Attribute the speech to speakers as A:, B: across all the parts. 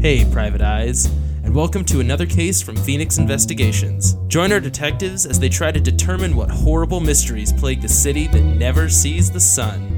A: Hey, Private Eyes, and welcome to another case from Phoenix Investigations. Join our detectives as they try to determine what horrible mysteries plague the city that never sees the sun.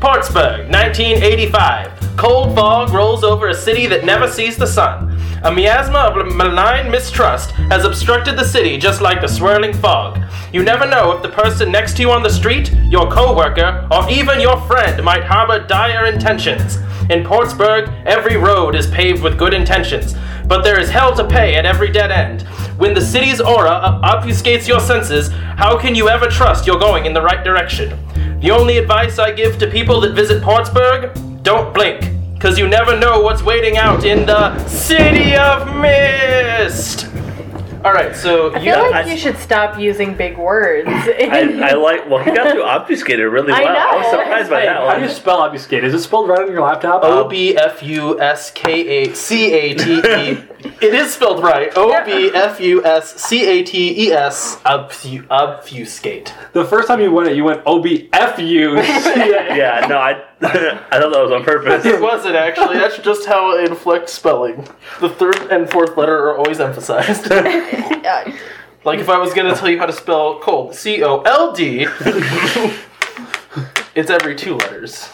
A: Portsburg, 1985. Cold fog rolls over a city that never sees the sun. A miasma of malign mistrust has obstructed the city just like the swirling fog. You never know if the person next to you on the street, your coworker, or even your friend might harbor dire intentions. In Portsburg, every road is paved with good intentions, but there is hell to pay at every dead end. When the city's aura obfuscates your senses, how can you ever trust you're going in the right direction? The only advice I give to people that visit Portsburg don't blink, because you never know what's waiting out in the City of Mist! Alright, so
B: I
A: you.
B: feel like
C: I-
B: you should stop using big words.
C: I, I like. Well, he got through obfuscated really
B: I
C: well. I was
B: know.
C: surprised by
D: Hey,
C: that
D: how do you
C: one.
D: spell obfuscate? Is it spelled right on your laptop?
A: O B F U S K A C A T E. It is spelled right. O B F U S C A T E S. Obfu- Obfuscate.
D: Um, the first time you went it, you went O B F U.
C: Yeah, no, I, I thought that was on purpose.
A: It wasn't actually. That's just how it inflects spelling. The third and fourth letter are always emphasized.
B: Uh,
A: like if I was gonna tell you how to spell cold, C O L D. It's every two letters.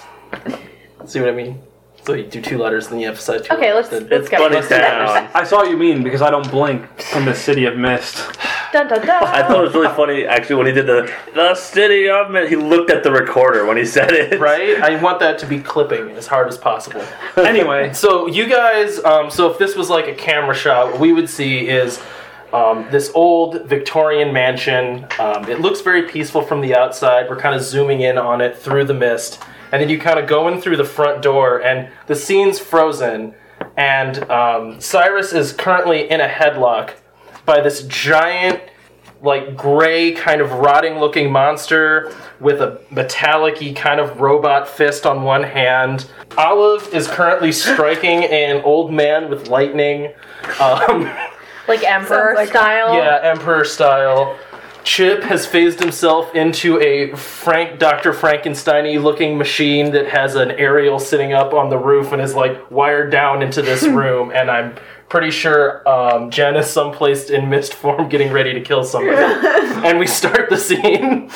A: See what I mean? So you do two letters, then you emphasize two.
B: okay,
A: letters,
B: let's
A: then-
B: let's
C: It's
B: go.
C: funny
B: Let's do that.
C: sound.
D: I saw what you mean because I don't blink from the city of mist.
B: Dun, dun, dun.
C: I thought it was really funny actually when he did the the city of man. He looked at the recorder when he said it.
A: Right? I want that to be clipping as hard as possible.
D: Anyway,
A: So you guys, um, so if this was like a camera shot, what we would see is um, this old Victorian mansion. Um, it looks very peaceful from the outside. We're kind of zooming in on it through the mist, and then you kind of go in through the front door, and the scene's frozen. And um, Cyrus is currently in a headlock by this giant like gray kind of rotting looking monster with a metallic kind of robot fist on one hand olive is currently striking an old man with lightning um,
B: like emperor
E: Sounds like-
B: style.
A: yeah emperor style chip has phased himself into a frank dr frankenstein looking machine that has an aerial sitting up on the roof and is like wired down into this room and i'm pretty sure um, jen is someplace in mist form getting ready to kill somebody and we start the scene.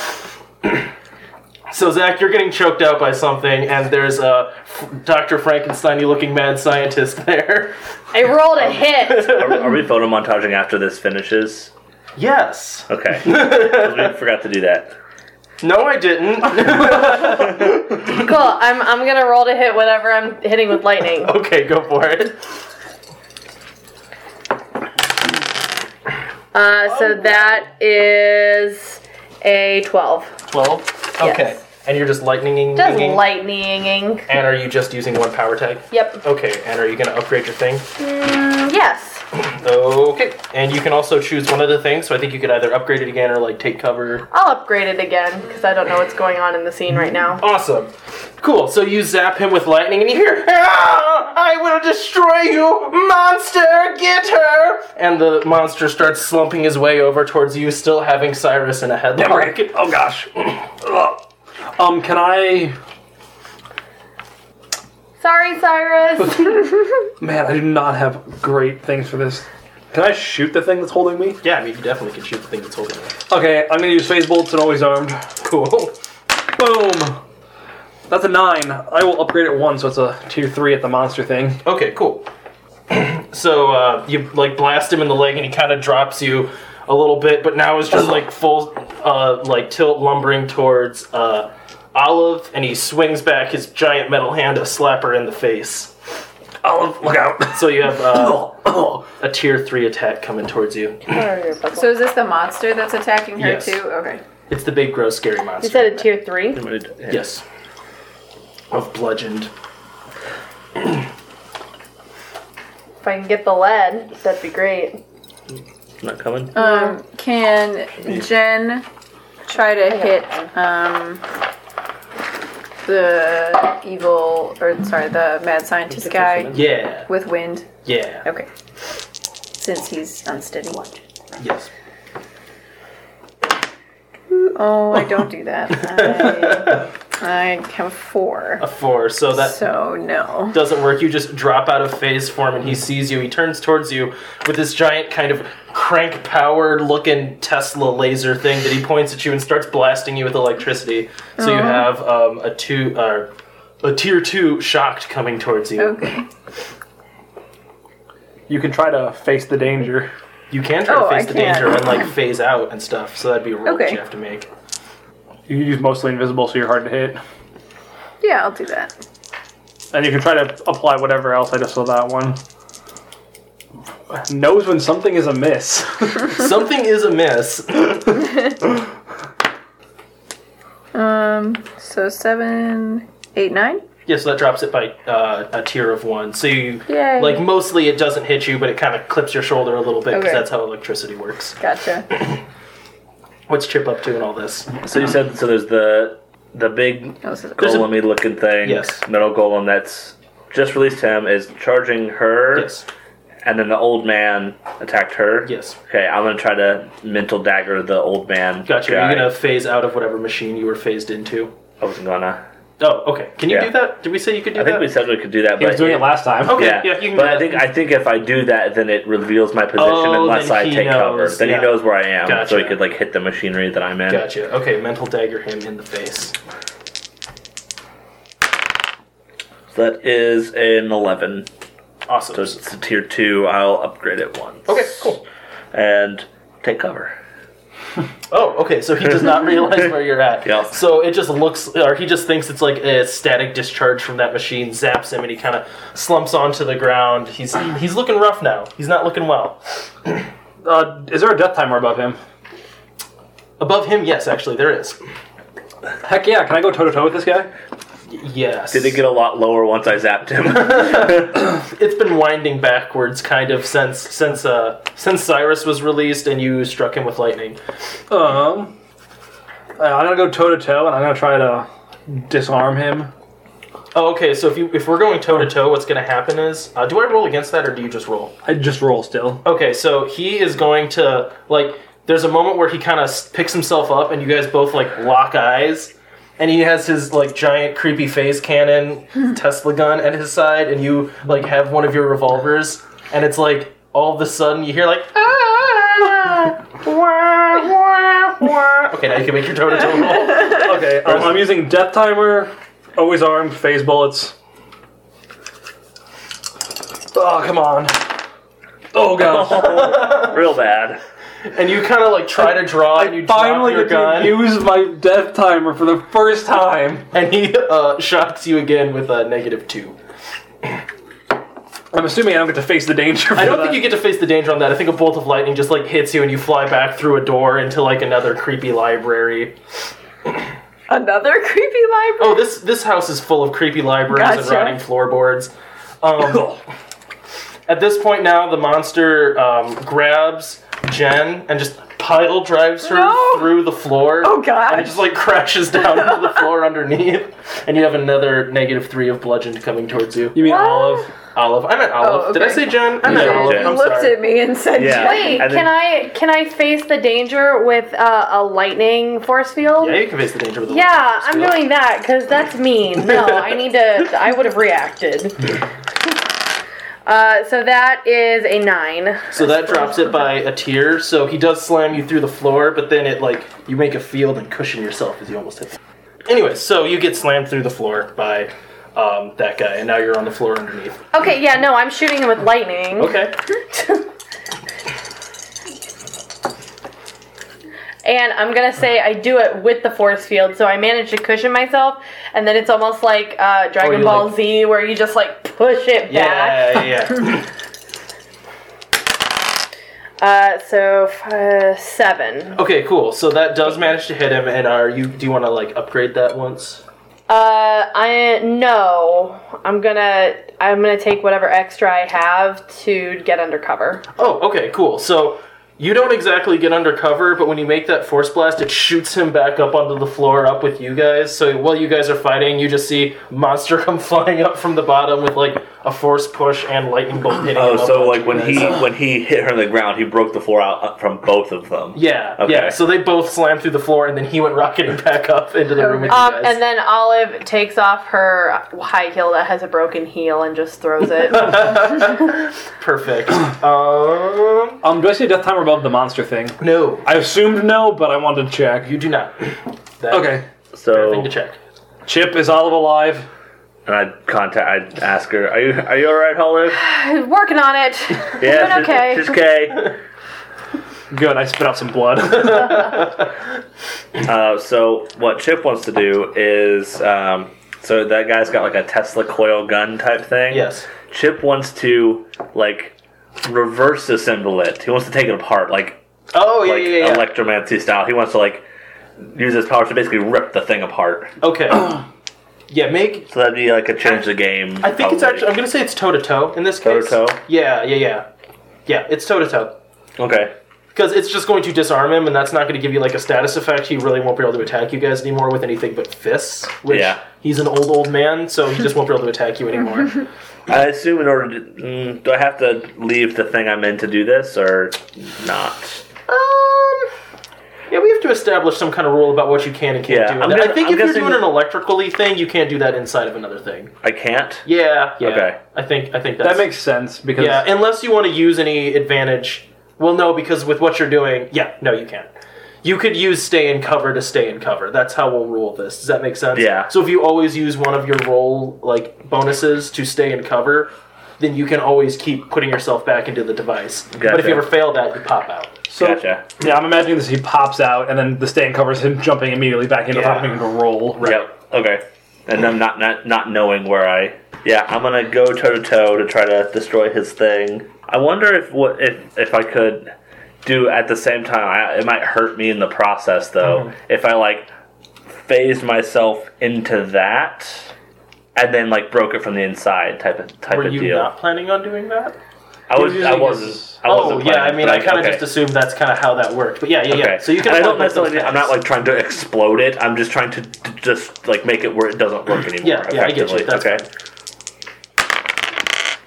A: so Zach, you're getting choked out by something, and there's a f- Dr. Frankenstein-looking mad scientist there.
B: I rolled a hit.
C: Are, are we photo montaging after this finishes?
A: Yes.
C: Okay. 'Cause we forgot to do that.
A: No, I didn't.
B: cool. I'm I'm gonna roll to hit whatever I'm hitting with lightning.
A: okay, go for it.
B: Uh, so
C: Oh.
B: that is a twelve.
A: Twelve.
B: Yes.
A: Okay. And you're just lightninging.
B: Just
A: inging?
B: lightninging.
A: And are you just using one power tag?
B: Yep.
A: Okay. And are you gonna upgrade your thing?
B: Mm, yes.
A: Okay. And you can also choose one of the things. So I think you could either upgrade it again or like take cover.
B: I'll upgrade it again because I don't know what's going on in the scene right now.
A: Awesome. Cool. So you zap him with lightning and you hear, "Ah, I will destroy you, monster, get her! And the monster starts slumping his way over towards you, still having Cyrus in a headlock.
C: Oh gosh.
D: um, can I?
B: Sorry, Cyrus.
D: Man, I do not have great things for this. Can I shoot the thing that's holding me?
A: Yeah, I mean, you definitely can shoot the thing that's holding you.
D: Okay, I'm gonna use phase bolts and always armed.
A: Cool.
D: Boom. That's a nine. I will upgrade it one, so it's a tier three at the monster thing.
A: Okay, cool. so uh, you like blast him in the leg and he kind of drops you a little bit, but now is just like full uh, like tilt lumbering towards uh, Olive and he swings back his giant metal hand to slap her in the face.
C: Olive, Oh, look out.
A: So you have uh, a tier three attack coming towards you.
E: So is this the monster that's attacking her
A: Yes.
E: too? Okay.
A: It's the big, gross, scary
B: you
A: monster.
B: said a tier three.
A: yes. Of bludgeoned.
B: If I can get the lead, that'd be great.
C: Not coming.
E: Um, can Jen try to hit um, the evil or sorry, the mad scientist guy
A: Yeah.
E: with wind?
A: Yeah.
E: Okay. Since he's unsteady.
A: Yes.
E: Oh, I don't do that. I I have four.
A: A four, so that
E: So no.
A: doesn't work. You just drop out of phase form, and he sees you. He turns towards you with this giant kind of crank powered looking Tesla laser thing that he points at you and starts blasting you with electricity. So you have um, a two, uh, a tier two shocked coming towards you.
E: Okay.
D: You can try to face the danger.
A: You can try
E: Oh,
A: to
E: I
A: face the
E: can't.
A: danger and like phase out and stuff. So that'd be a roll that
E: Okay.
A: you have to make.
D: You use mostly invisible, so you're hard to hit.
E: Yeah, I'll do that.
D: And you can try to apply whatever else. I just saw that one. Knows when something is amiss.
A: Something is amiss.
E: Um. So seven, eight, nine.
A: Yeah, so that drops it by uh, a tier of one. So you,
E: Yay.
A: like, mostly it doesn't hit you, but it kind of clips your shoulder a little bit because
E: Okay.
A: that's how electricity works.
E: Gotcha.
A: What's Chip up to in all this?
C: So you said so. There's the the big
E: That was a-
A: There's a-
C: golemy looking thing.
A: Yes.
C: Metal golem that's just released him is charging her.
A: Yes,
C: And then the old man attacked her.
A: yes.
C: Okay, I'm gonna try to mental dagger the old man.
A: Gotcha.
C: guy.
A: You're gonna phase out of whatever machine you were phased into.
C: I wasn't gonna.
A: Oh, okay. Can you
C: Yeah.
A: do that? Did we say you could do
C: I think
A: that?
C: we said we could do that,
D: he
C: but
D: was doing it last time.
A: Okay,
C: Yeah,
A: yeah, you can
C: but
A: do
C: I
A: that.
C: think I think if I do that, then it reveals my position
A: Oh,
C: unless
A: then
C: I
A: he
C: take cover.
A: knows,
C: Then
A: yeah.
C: he knows where I am, so he
A: Gotcha.
C: could like hit the machinery that I'm in.
A: Gotcha. Okay, mental dagger him in the face.
C: So that is an eleven.
A: Awesome.
C: So it's a tier two. I'll upgrade it once.
A: Okay, cool.
C: And take cover.
A: Oh, okay. So he does not realize where you're at.
C: Yeah.
A: So it just looks, or he just thinks it's like a static discharge from that machine zaps him, and he kind of slumps onto the ground. He's he's looking rough now. He's not looking well.
D: Uh, is there a death timer above him?
A: Above him, yes, actually there is.
D: Heck yeah! Can I go toe to toe with this guy?
A: Yes.
C: Did it get a lot lower once I zapped him?
A: It's been winding backwards, kind of since since uh since Cyrus was released and you struck him with lightning.
D: Um, uh, I'm gonna go toe to toe, and I'm gonna try to disarm him.
A: Oh, okay. So if you if we're going toe to toe, what's going to happen is, uh, do I roll against that or do you just roll?
D: I just roll still.
A: Okay, so he is going to like. There's a moment where he kind of picks himself up, and you guys both like lock eyes, and he has his like giant creepy phase cannon Tesla gun at his side, and you like have one of your revolvers, and it's like all of a sudden you hear like. "Ah, wah, wah, wah." Okay, now you can make your toe to toe roll.
D: Okay, um, I'm using death timer, always armed, phase bullets. Oh come on! Oh gosh!
C: Real bad.
A: And you kind of like try to draw, and you
D: I finally
A: drop your
D: get to
A: gun,
D: use my death timer for the first time.
A: and he uh, shocks you again with a negative two.
D: I'm assuming I don't get to face the danger.
A: I don't think you get to face the danger on that. I think a bolt of lightning just like hits you and you fly back through a door into like another creepy library.
E: Another creepy library.
A: Oh, this this house is full of creepy libraries and
E: Gotcha.
A: rotting floorboards. Um, at this point now, the monster um, grabs Jen and just pile drives her
E: No.
A: through the floor.
E: Oh, gosh.
A: And it just like crashes down into the floor underneath. And you have another negative three of bludgeoned coming towards you.
D: You mean
E: What?
D: Olive?
A: Olive, I meant Olive. Did I
E: Oh, okay.
A: say Jen? I meant
C: Yeah,
A: Olive.
C: Jen.
E: You
A: I'm
E: looked
A: sorry.
E: at me and said,
C: Yeah.
E: "Wait."
B: Wait,
C: And then-
B: can I can I face the danger with uh, a lightning force field?
A: Yeah, you can face the danger with the
B: Yeah, I'm
A: Still.
B: doing that because that's mean. No, I need to. I would have reacted. Uh, so that is a nine.
A: So that drops it by a tier. So he does slam you through the floor, but then it like you make a field and cushion yourself as you almost hit. Anyway, so you get slammed through the floor by um, that guy, and now you're on the floor underneath.
B: Okay, yeah, no, I'm shooting him with lightning.
A: Okay.
B: And I'm gonna say I do it with the force field, so I manage to cushion myself, and then it's almost like uh, Dragon
A: you
B: Ball
A: Oh, like-
B: Z, where you just like push it
A: Yeah,
B: back.
A: yeah. yeah.
B: Uh, so f- uh, seven.
A: okay, cool. So that does manage to hit him, and are you? Do you want to like upgrade that once?
B: Uh, I no, I'm gonna I'm gonna take whatever extra I have to get undercover.
A: Oh, okay, cool. So You don't exactly get undercover, but when you make that force blast, it shoots him back up onto the floor, up with you guys. So while you guys are fighting, you just see monster come flying up from the bottom with like a force push and lightning bolt hitting. him
C: Oh,
A: up
C: so
A: onto
C: like
A: you
C: when
A: guys.
C: he when he hit her in the ground, he broke the floor out up from both of them.
A: Yeah,
C: Okay.
A: yeah. So they both slammed through the floor, and then he went rocketing back up into the room with
B: Um,
A: you guys.
B: and then Olive takes off her high heel that has a broken heel and just throws it.
A: Perfect. um,
D: Um, do I see a death timer above the monster thing?
A: no,
D: I assumed no, but I wanted to check.
A: you do not. That
D: Okay.
A: Thing
C: So
A: to check.
D: Chip, is Olive alive?
C: and I'd contact, I'd ask her, "Are you are you all right, Olive?"
B: Working on it.
C: Yeah,
B: Doing okay.
C: she's, she's okay.
D: Good, I spit out some blood.
C: Uh, so what Chip wants to do is, um, so that guy's got like a Tesla coil gun type thing.
A: Yes.
C: Chip wants to like reverse assemble it. He wants to take it apart, like
A: Oh yeah,
C: like
A: yeah, yeah.
C: electromancy style. He wants to like use his powers to basically rip the thing apart.
A: okay. yeah, make
C: So that'd be like a change the game.
A: I think it's actually. I'm gonna say it's toe to toe in this case.
C: Toe-to-toe?
A: Yeah, yeah, yeah, yeah. It's toe to toe
C: okay.
A: because it's just going to disarm him, and that's not going to give you like a status effect. He really won't be able to attack you guys anymore with anything but fists. Which
C: Yeah.
A: He's an old old man, so he just won't be able to attack you anymore.
C: I assume in order to mm, do I have to leave the thing I'm in to do this or not?
A: Um, yeah, we have to establish some kind of rule about what you can and can't
C: Yeah,
A: do.
C: I'm
A: i
C: guess-
A: I think
C: I'm
A: if you're
C: guessing-
A: doing an electrically thing, you can't do that inside of another thing.
C: I can't.
A: Yeah. yeah
C: Okay.
A: I think I think that's,
D: that makes sense because
A: yeah. Unless you want to use any advantage. Well, no, because with what you're doing, yeah, no, you can't. You could use stay in cover to stay in cover. That's how we'll rule this. Does that make sense?
C: Yeah.
A: So if you always use one of your roll like bonuses to stay in cover, then you can always keep putting yourself back into the device. But if
C: Gotcha.
A: you ever fail that, you pop out.
D: so,
C: Gotcha.
D: Yeah, I'm imagining this. He pops out, and then the stain covers him jumping immediately back into
A: Yeah.
D: having to roll.
C: Yep. Okay. And I'm not, not not knowing where I. Yeah, I'm gonna go toe to toe to try to destroy his thing. I wonder if what if if I could do at the same time. I, it might hurt me in the process though
A: Mm-hmm.
C: if I like phased myself into that and then like broke it from the inside type of type
A: Were
C: of
A: you
C: deal.
A: not planning on doing that?
C: I was. I
D: using
C: wasn't.
D: his-
C: I wasn't
A: oh yeah,
C: planning,
A: I mean,
C: but
A: I kind of
C: okay.
A: just assumed that's kind of how that worked. But yeah, yeah, yeah.
C: Okay.
A: So you can.
C: And I
A: apply
C: don't
A: both those
C: necessarily. I'm not
A: types.
C: like trying to explode it. I'm just trying to, to just like make it where it doesn't work anymore.
A: Yeah, yeah, I get you.
C: effectively.
A: That's
C: okay.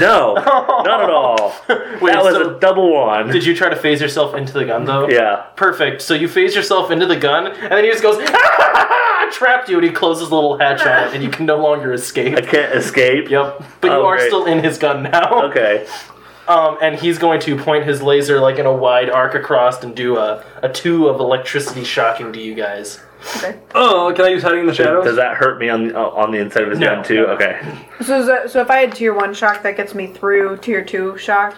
C: No, not at all.
A: Wait,
C: that was
A: so
C: a double one.
A: did you try to phase yourself into the gun though?
C: yeah.
A: Perfect. So you phase yourself into the gun, and then he just goes, "I trapped you," and he closes the little hatch on it, and you can no longer escape.
C: I can't escape.
A: Yep. But you
C: Oh,
A: are
C: great.
A: still in his gun now.
C: Okay.
A: Um, and he's going to point his laser like in a wide arc across and do a, a two of electricity shocking to you guys.
D: Oh, can I use hiding in the shadows?
C: Does that hurt me on the, on the inside of his
A: No.
C: gun too? Okay.
E: So, is that, so if I had tier one shock, that gets me through tier two shock.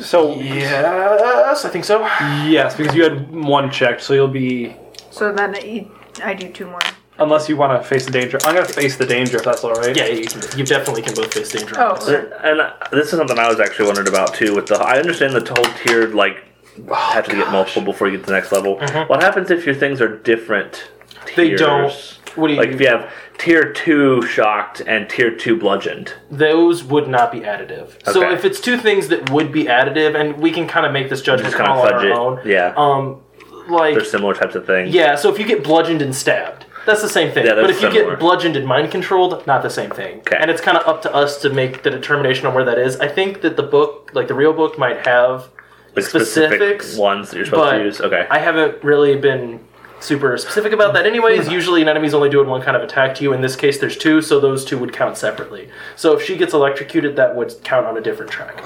D: so
A: Yes, I think so.
D: yes, because you had one checked, so you'll be
E: So then I, I do two more.
D: unless you want to face the danger. I'm gonna face the danger if that's all right.
A: Yeah, you, can, you definitely can both face danger.
E: Oh,
A: rounds.
E: okay.
C: And uh, this is something I was actually wondering about too. With the, I understand the whole tiered like
A: Oh,
C: have to get multiple before you get to the next level. What happens if your things are different?
A: Mm-hmm. They
C: tiers?
A: don't. What do you?
C: Like if you have tier two shocked and tier two bludgeoned.
A: those would not be additive. So
C: Okay.
A: if it's two things that would be additive, and we can kind of make this judgment
C: Just kinda
A: call on
C: fudge
A: our
C: it.
A: own.
C: Yeah.
A: Um, like
C: They're similar types of things.
A: yeah. So if you get bludgeoned and stabbed, that's the same thing.
C: Yeah, they're
A: but if you
C: similar.
A: get bludgeoned and mind controlled, not the same thing.
C: Okay.
A: And it's kind of up to us to make the determination on where that is. I think that the book, like the real book, might have
C: Like specific
A: specifics,
C: ones that you're supposed
A: but
C: to use. Okay.
A: I haven't really been super specific about that anyways usually an enemy's only doing one kind of attack to you in this case there's two so those two would count separately so if she gets electrocuted that would count on a different track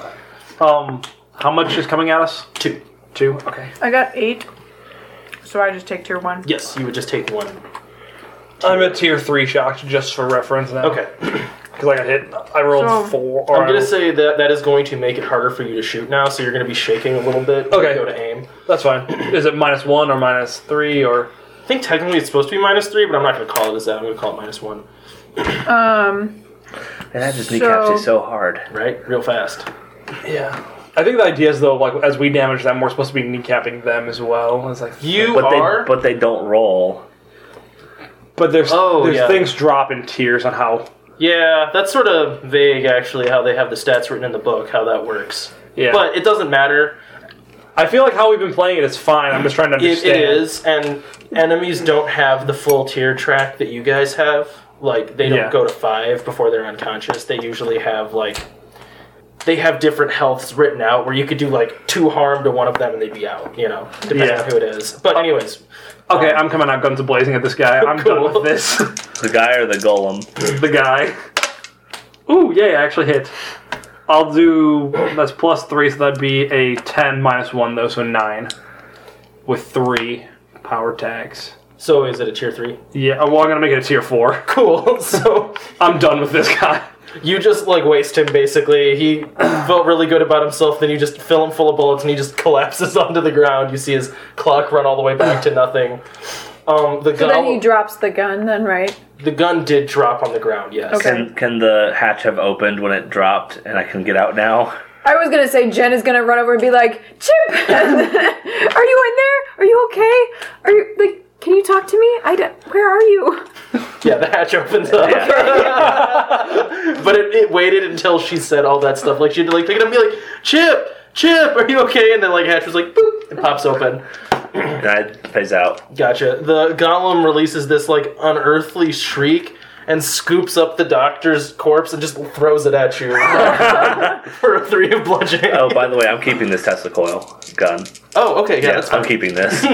D: Um, how much is coming at us?
A: two
D: Two. Okay.
E: I got eight. So I just take tier one.
A: yes you would just take one
D: I'm at tier three shocked, just for reference. Now.
A: okay
D: Because I got hit. I rolled
E: So-
D: four.
A: i'm
D: Or
A: gonna say that that is going to make it harder for you to shoot now so you're gonna be shaking a little bit when
D: Okay.
A: you go to aim
D: that's fine. Is it minus one or minus three or?
A: i think technically it's supposed to be minus three but i'm not gonna call it as that i'm gonna call it minus one
E: Um,
C: and that just
E: so-
C: kneecaps you so hard.
A: right real fast
D: Yeah. I think the idea is though, like as we damage them, we're supposed to be kneecapping them as well. It's like
A: you
C: But
A: are
C: they but they don't roll.
D: but there's
A: Oh,
D: there's
A: yeah.
D: things drop in tiers on how.
A: yeah that's sort of vague actually how they have the stats written in the book how that works
D: Yeah.
A: But it doesn't matter.
D: I feel like how we've been playing it is fine. I'm just trying to
A: It,
D: understand.
A: it is, and enemies don't have the full tier track that you guys have. Like they don't
D: Yeah.
A: go to five before they're unconscious. They usually have like they have different healths written out where you could do like two harm to one of them and they'd be out. You know, depending
D: Yeah.
A: on who it is. But anyways,
D: Okay, I'm coming out guns blazing at this guy. I'm done
A: Cool.
D: with this.
C: The guy or the golem?
D: the guy. Ooh, yeah, I actually hit. I'll do that's plus three, so that'd be a ten minus one though, so nine. With three power tags.
A: so is it a tier three?
D: Yeah, oh, well, I'm gonna make it a tier four.
A: Cool. So
D: I'm done with this guy.
A: you just like waste him basically. He felt really good about himself. Then you just fill him full of bullets and he just collapses onto the ground. You see his clock run all the way back to nothing. Um, the
E: So then
A: goblin-
E: he drops the gun, then right?
A: The gun did drop on the ground, yes.
E: Okay.
C: Can, can the hatch have opened when it dropped and I can get out now?
E: I was gonna say Jen is gonna run over and be like, Chip, are you in there? Are you okay? Are you like? Can you talk to me? I d- where are you?
A: Yeah, the hatch opens up. but it, it waited until she said all that stuff. Like, she'd like pick it up and be like, Chip, Chip, are you okay? And then, like, hatch was like, boop, it pops open.
C: And I phase out.
A: Gotcha. The golem releases this, like, unearthly shriek and scoops up the doctor's corpse and just throws it at you for a three of bludgeoning.
C: Oh, by the way, I'm keeping this Tesla coil gun.
A: Oh, okay, yeah,
C: Yeah,
A: that's fine.
C: I'm keeping this.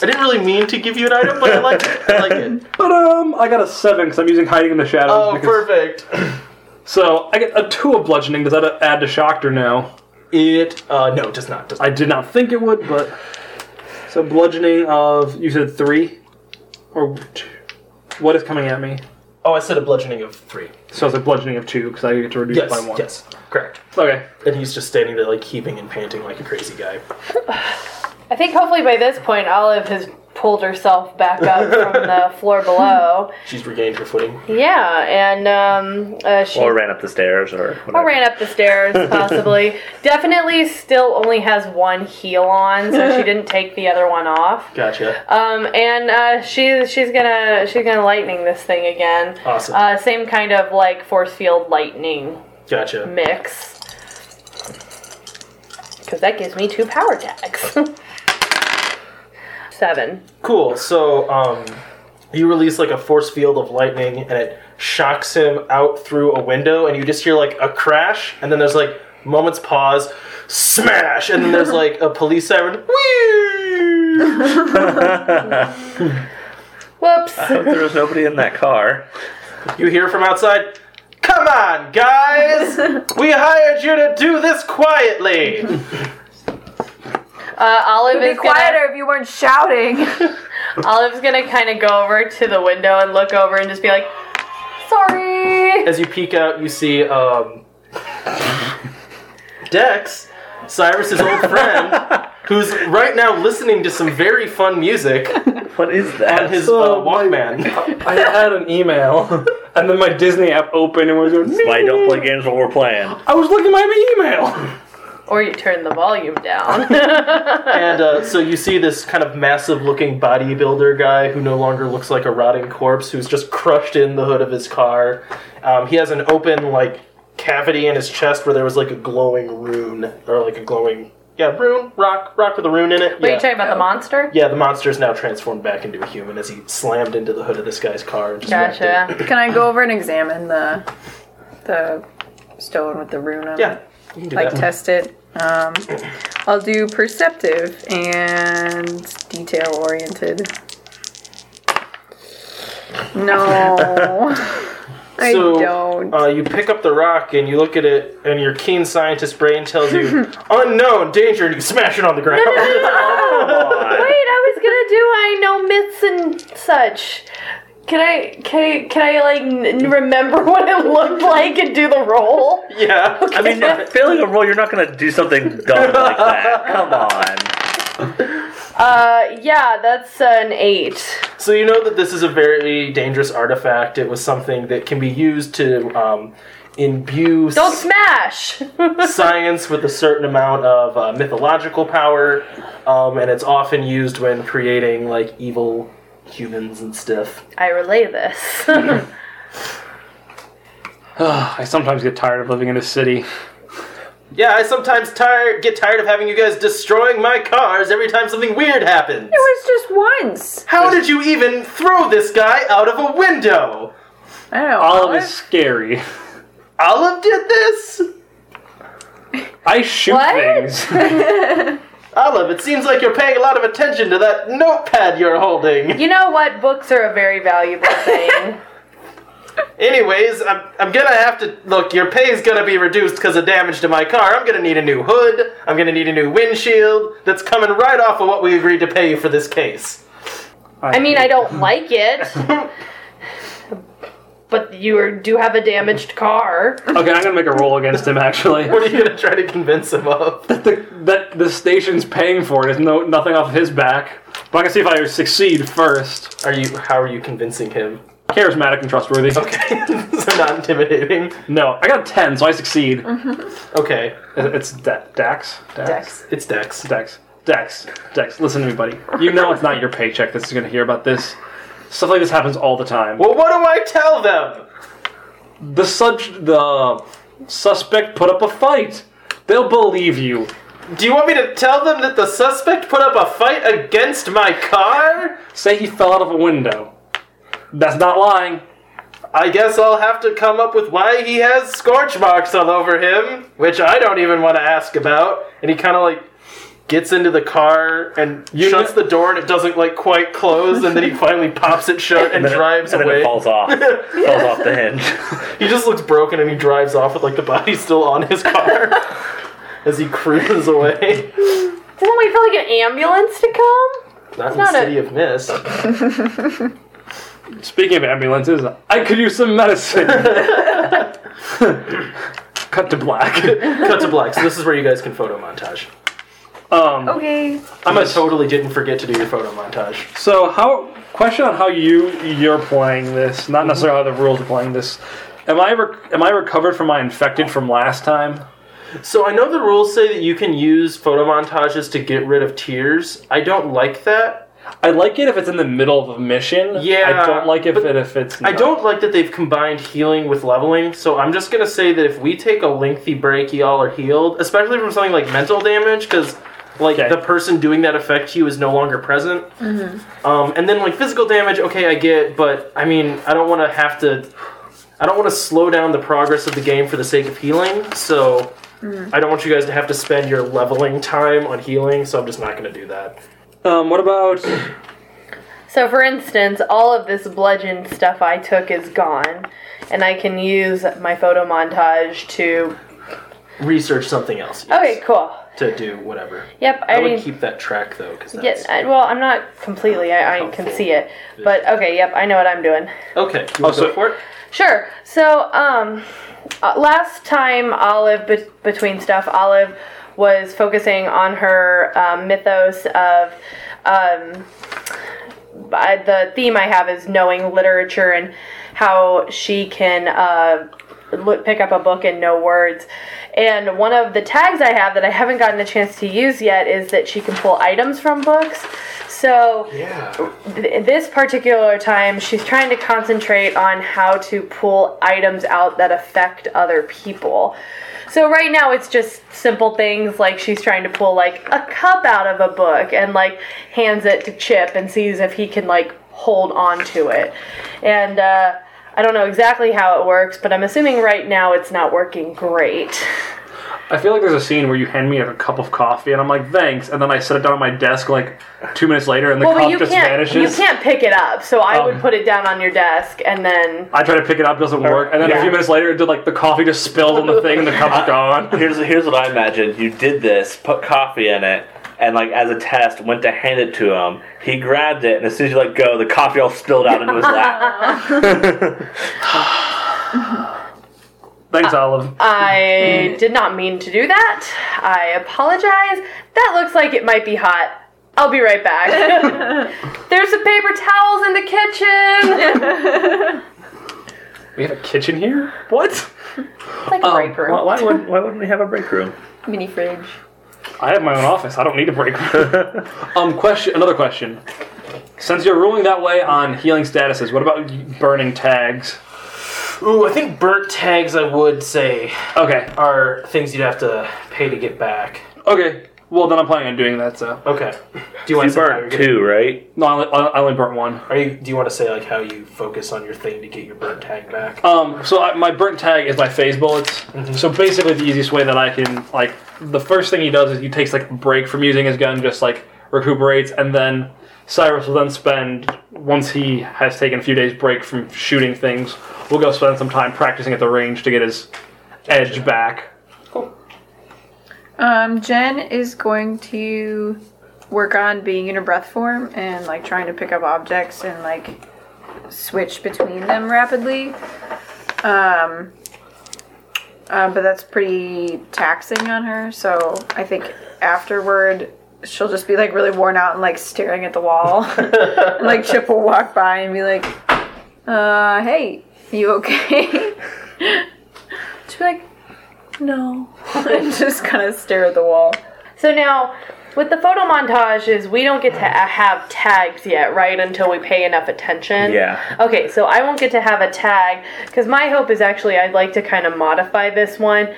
A: I didn't really mean to give you an item, but I like it. I like it.
D: But um, I got a seven because I'm using hiding in the shadows.
A: Oh,
D: because-
A: perfect.
D: So I get a two of bludgeoning. Does that add to shocked or no?
A: It, uh, no, does not. Does not.
D: I did not think it would, but so bludgeoning of you said three or two. what is coming at me?
A: Oh, I said a bludgeoning of three.
D: So it's a bludgeoning of two because I get to reduce
A: Yes,
D: it by one.
A: yes, correct.
D: Okay.
A: And he's just standing there, like heaving and panting like a crazy guy.
B: I think hopefully by this point Olive has pulled herself back up from the floor below.
A: She's regained her footing.
B: Yeah, and um, uh, she
C: or ran up the stairs or whatever.
B: Or ran up the stairs, possibly. Definitely still only has one heel on, so she didn't take the other one off.
A: Gotcha.
B: Um, and uh, she, she's gonna she's gonna lightning this thing again.
A: Awesome.
B: Uh, same kind of like force field lightning
A: Gotcha.
B: mix. Because that gives me two power tags. Seven.
A: Cool. So, um, you release like a force field of lightning, and it shocks him out through a window, and you just hear like a crash, and then there's like moments pause, smash, and then there's like a police siren. Whee!
B: Whoops.
A: Uh-huh.
C: But there was nobody in that car.
A: You hear from outside. Come on, guys! We hired you to do this quietly.
B: Uh, Olive
E: Be
B: is gonna-
E: quieter if you weren't shouting.
B: Olive's gonna kind of go over to the window and look over and just be like, "Sorry."
A: As you peek out, you see um, Dex, Cyrus's old friend, who's right now listening to some very fun music
C: What is
A: on
C: that?
A: his uh,
D: So-
A: Walkman.
D: I had an email, and then my Disney app opened and was going.
C: Why I don't play games while we're playing?
D: I was looking at my email.
B: Or you turn the volume down.
A: And uh, so you see this kind of massive looking bodybuilder guy who no longer looks like a rotting corpse, who's just crushed in the hood of his car. Um, he has an open, like, cavity in his chest where there was, like, a glowing rune, or, like, a glowing. Yeah, rune, rock, rock with a rune in it.
B: What are
A: yeah.
B: you talking about? The monster?
A: Yeah, the monster's now transformed back into a human as he slammed into the hood of this guy's car. And just wrecked it.
B: Gotcha.
E: Can I go over and examine the the stone with the rune on? it?
A: Yeah, you can do
E: Like
A: that.
E: test it. Um, I'll do perceptive and detail oriented. No, I
A: So,
E: don't.
A: Uh, you pick up the rock and you look at it, and your keen scientist brain tells you, unknown danger, and you smash it on the ground.
B: Wait, I was gonna do I know myths and such. Can I can I, can I like n- remember what it looked like and do the roll?
A: yeah.
C: I mean, if failing a roll, you're not gonna do something dumb like that. Come on.
B: Uh, yeah, that's an eight.
A: So you know that this is a very dangerous artifact. It was something that can be used to um, imbue
B: Don't smash.
A: science with a certain amount of uh, mythological power, um, and it's often used when creating like evil humans and stuff.
B: I relay this.
D: I sometimes get tired of living in a city.
A: Yeah, I sometimes tire get tired of having you guys destroying my cars every time something weird happens.
E: It was Oh, just once.
A: How did you even throw this guy out of a window?
E: I don't know.
D: Olive
E: Olive?
D: is scary.
A: Olive did this?
D: I shoot
E: What?
D: things.
A: Olive, it seems like you're paying a lot of attention to that notepad you're holding.
B: You know what? Books are a very valuable thing.
A: Anyways, I'm, I'm gonna have to. Look, your pay's gonna be reduced because of damage to my car. I'm gonna need a new hood. I'm gonna need a new windshield. That's coming right off of what we agreed to pay you for this case.
B: I mean, I don't like it. But you are- do have a damaged car.
D: Okay, I'm gonna make a roll against him. Actually,
A: What are you gonna try to convince him of?
D: the, that the station's paying for it is no nothing off of his back. But I can see if I succeed first.
A: Are you? How are you convincing him?
D: Charismatic and trustworthy.
A: Okay, so not intimidating.
D: No, I got a ten, so I succeed.
A: Mm-hmm. Okay,
D: It- It's da- Dax. Dax.
E: Dex.
A: it's Dex.
D: Dex. Dex. Dex. Listen to me, buddy. You know it's not your paycheck that's gonna hear about this. Stuff like this happens all the time.
A: Well, what do I tell them?
D: The such the suspect put up a fight. They'll believe you.
A: Do you want me to tell them that the suspect put up a fight against my car?
D: Say he fell out of a window. That's not lying.
A: I guess I'll have to come up with why he has scorch marks all over him, which I don't even want to ask about. And he kind of like gets into the car and
D: You
A: shuts
D: kn-
A: the door, and it doesn't like quite close. And then he finally pops it shut and,
C: then it-
A: drives
C: and Then
A: away.
C: it falls off. falls off the hinge.
A: He just looks broken and he drives off with like the body still on his car as he cruises away.
B: Doesn't wait for like an ambulance to come?
A: Not in
B: Not
A: the
B: a-
A: city of mist.
D: Speaking of ambulances, I could use some medicine. Cut to black.
A: Cut to black. So this is where you guys can photo montage.
D: Um,
E: Okay.
A: I'm I totally didn't forget to do your photo montage.
D: So, how question on how you you're playing this? Not necessarily how the rules are playing this. Am I rec- am I recovered from my infected from last time?
A: So I know the rules say that you can use photo montages to get rid of tears. I don't like that.
D: I like it if it's in the middle of a mission.
A: Yeah,
D: I don't like if
A: but
D: it if it's.
A: I don't like that they've combined healing with leveling. So I'm just gonna say that if we take a lengthy break, y'all are healed, especially from something like mental damage, because like
D: Okay.
A: the person doing that affect you is no longer present.
B: Mm-hmm.
A: Um, and then like physical damage, okay, I get, but I mean, I don't want to have to. I don't want to slow down the progress of the game for the sake of healing. So.
B: Mm-hmm.
A: I don't want you guys to have to spend your leveling time on healing, so I'm just not going to do that.
D: Um, what about?
B: So, for instance, all of this bludgeon stuff I took is gone, and I can use my photo montage to.
A: Research something else. yes,
B: Okay, cool.
A: To do whatever.
B: Yep, I
A: I would
B: already.
A: keep that track though, because
B: Yes,
A: that's
B: I, well, I'm not completely. I, I can
A: Helpful.
B: see it, but okay. Yep, I know what I'm doing.
A: okay. You
D: Oh,
A: wanna
D: so-
A: go for it.
B: Sure. So, um, uh, last time Olive bet between stuff, Olive was focusing on her um, mythos of. Um, I, the theme I have is knowing literature and how she can uh, look, pick up a book and know words. And one of the tags I have that I haven't gotten a chance to use yet is that she can pull items from books. So
A: Yeah.
B: th- this particular time, she's trying to concentrate on how to pull items out that affect other people. So right now, it's just simple things like she's trying to pull like a cup out of a book and like hands it to Chip and sees if he can like hold on to it. And uh, I don't know exactly how it works, but I'm assuming right now it's not working great.
D: I feel like there's a scene where you hand me like, a cup of coffee and I'm like thanks, and then I set it down on my desk like two minutes later and the
B: Well, but
D: cup
B: you
D: just
B: can't
D: vanishes.
B: you can't pick it up, so I would
D: Um.
B: put it down on your desk and then.
D: I try to pick it up, doesn't work, and then a
B: Yeah.
D: few minutes later, it did like the coffee just spilled on the thing and the cup's gone.
C: Here's here's what I imagine. You did this, put coffee in it, and like as a test, went to hand it to him. He grabbed it, and as soon as you let go, the coffee all spilled out into his lap.
D: Thanks, Olive.
B: I did not mean to do that. I apologize. That looks like it might be hot. I'll be right back. There's some paper towels in the kitchen.
D: We have a kitchen here? What? Um,
B: It's
A: Um,
B: like a break room.
C: Why, why would why wouldn't we have a break room?
E: Mini fridge.
D: I have my own office. I don't need a break room. um, question. Another question. Since you're ruling that way on healing statuses, what about burning tags?
A: Ooh, I think burnt tags. I would say
D: Okay.
A: are things you'd have to pay to get back.
D: Okay. Well, then I'm planning on doing that. So
A: Okay. Do you want
C: You
A: to say how you're
C: burnt
A: gonna,
C: two, right?
D: no, I only, I only burnt one.
A: are you? Do you want to say like how you focus on your thing to get your burnt tag back?
D: Um, so I, my burnt tag is my phase bullets. So basically, the easiest way that I can like the first thing he does is he takes like a break from using his gun, just like recuperates, and then Cyrus will then spend once he has taken a few days break from shooting things, we'll go spend some time practicing at the range to get his edge back.
E: Um, Jen is going to work on being in her breath form and like trying to pick up objects and like switch between them rapidly. Um, uh, but that's pretty taxing on her. So I think afterward she'll just be like really worn out and like staring at the wall. and like Chip will walk by and be like, "Uh, hey, you okay?" She'll be like, "No." and just kind of stare at the wall.
B: So now, with the photo montages, we don't get to a- have tags yet, right? Until we pay enough attention.
C: Yeah.
B: Okay, so I won't get to have a tag because my hope is actually I'd like to kind of modify this one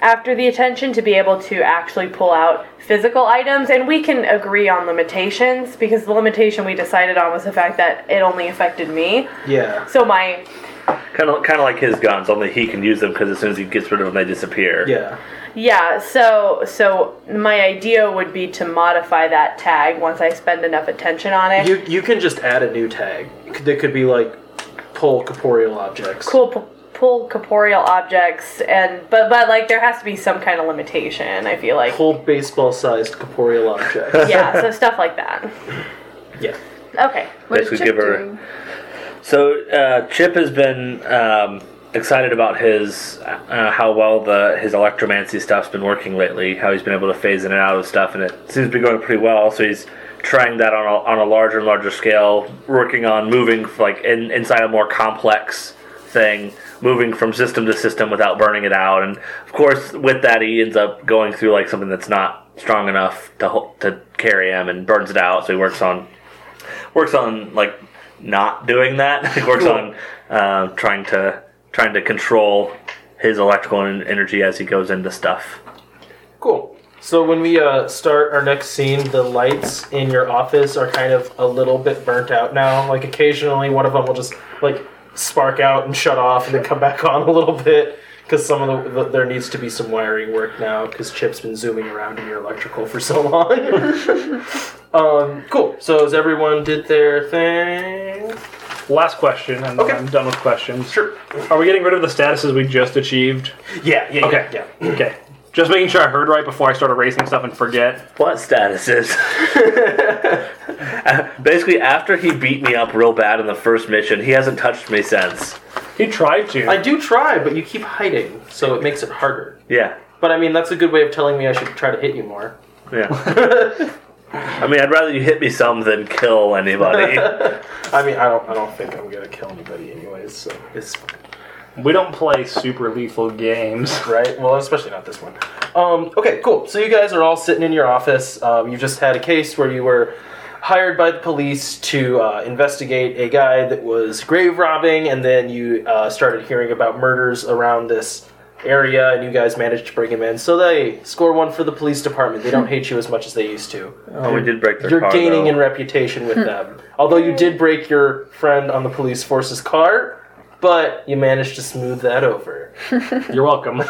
B: after the attention to be able to actually pull out physical items and we can agree on limitations because the limitation we decided on was the fact that it only affected me.
A: yeah.
B: So my
C: Kind of, kind of like his guns. Only he can use them because as soon as he gets rid of them, they disappear.
A: Yeah.
B: Yeah, so so my idea would be to modify that tag once I spend enough attention on it.
A: You you can just add a new tag that could be like pull corporeal objects.
B: Pull pull pull corporeal objects and but but like there has to be some kind of limitation. I feel like
A: Pull baseball sized corporeal objects.
B: yeah, so stuff like that.
A: yeah.
B: Okay,
E: What
C: Yes,
E: is
C: we
E: Chip
C: give her-
E: doing?
C: So uh, Chip has been um, excited about his uh, how well the his electromancy stuff's been working lately. How he's been able to phase in and out of stuff, and it seems to be going pretty well. So he's trying that on a, on a larger and larger scale, working on moving like in, inside a more complex thing, moving from system to system without burning it out. And of course, with that, he ends up going through like something that's not strong enough to hol- to carry him and burns it out. So he works on works on like not doing that. He works on uh, trying to trying to control his electrical en- energy as he goes into stuff.
A: Cool. So when we uh, start our next scene, the lights in your office are kind of a little bit burnt out now. Like occasionally, one of them will just like spark out and shut off, and then come back on a little bit because some of the, the there needs to be some wiring work now because Chip's been zooming around in your electrical for so long. um, cool. So has everyone did their thing?
D: Last question, and
A: Okay.
D: then I'm done with questions.
A: Sure.
D: Are we getting rid of the statuses we just achieved?
A: Yeah. Yeah.
D: Okay.
A: Yeah. yeah.
D: Okay. Just making sure I heard right before I start erasing stuff and forget.
C: What status is? Basically, after he beat me up real bad in the first mission, he hasn't touched me since.
D: He tried to.
A: I do try, but you keep hiding, so it makes it harder.
C: Yeah,
A: But I mean, that's a good way of telling me I should try to hit you more.
C: yeah. I mean, I'd rather you hit me some than kill anybody.
A: I mean, I don't, I don't think I'm gonna kill anybody, anyways. So it's fine,
D: We don't play super lethal games.
A: right. Well, especially not this one. Um, okay, cool. So you guys are all sitting in your office. Um, you just had a case where you were hired by the police to uh, investigate a guy that was grave robbing, and then you uh, started hearing about murders around this area, and you guys managed to bring him in. So they score one for the police department. They don't hate you as much as they used to.
C: oh, we did break their
A: You're
C: car.
A: gaining
C: though.
A: in reputation with them. Although you did break your friend on the police force's car, but you managed to smooth that over.
D: You're welcome.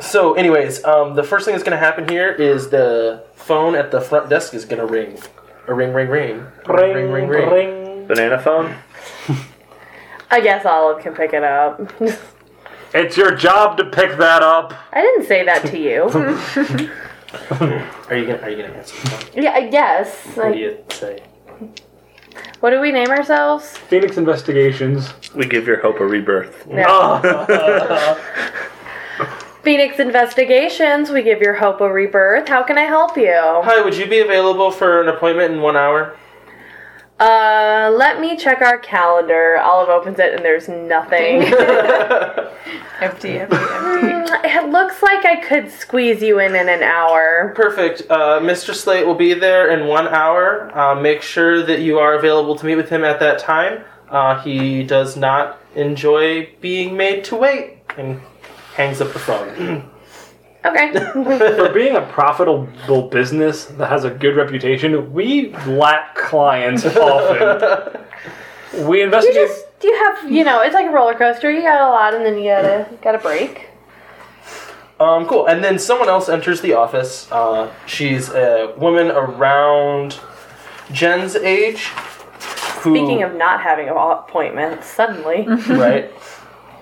A: So, anyways, um, the first thing that's going to happen here is the phone at the front desk is going to ring. A ring, ring, ring. Ring, ring, ring, ring.
C: banana phone.
B: I guess Olive can pick it up.
D: It's your job to pick that up.
B: I didn't say that to you.
A: Are you going to answer? the phone?
B: yeah, I guess.
A: What
B: Like,
A: do you say?
B: what do we name ourselves?
D: Phoenix Investigations.
C: We give your hope a rebirth.
D: Oh.
B: Phoenix Investigations. We give your hope a rebirth. How can I help you?
A: Hi, would you be available for an appointment in one hour?
B: Uh, let me check our calendar. Olive opens it and there's nothing.
E: Empty, empty, empty.
B: it looks like I could squeeze you in in an hour.
A: Perfect. Uh, Mr. Slate will be there in one hour. Uh, make sure that you are available to meet with him at that time. Uh, he does not enjoy being made to wait and hangs up the phone.
B: Okay.
D: For being a profitable business that has a good reputation, we lack clients often. we
B: you
D: investigate.
B: just you have you know it's like a roller coaster. You got a lot and then you gotta you gotta break.
A: Um, cool. And then someone else enters the office. Uh, she's a woman around Jen's age. Who,
B: Speaking of not having appointments, suddenly.
A: right?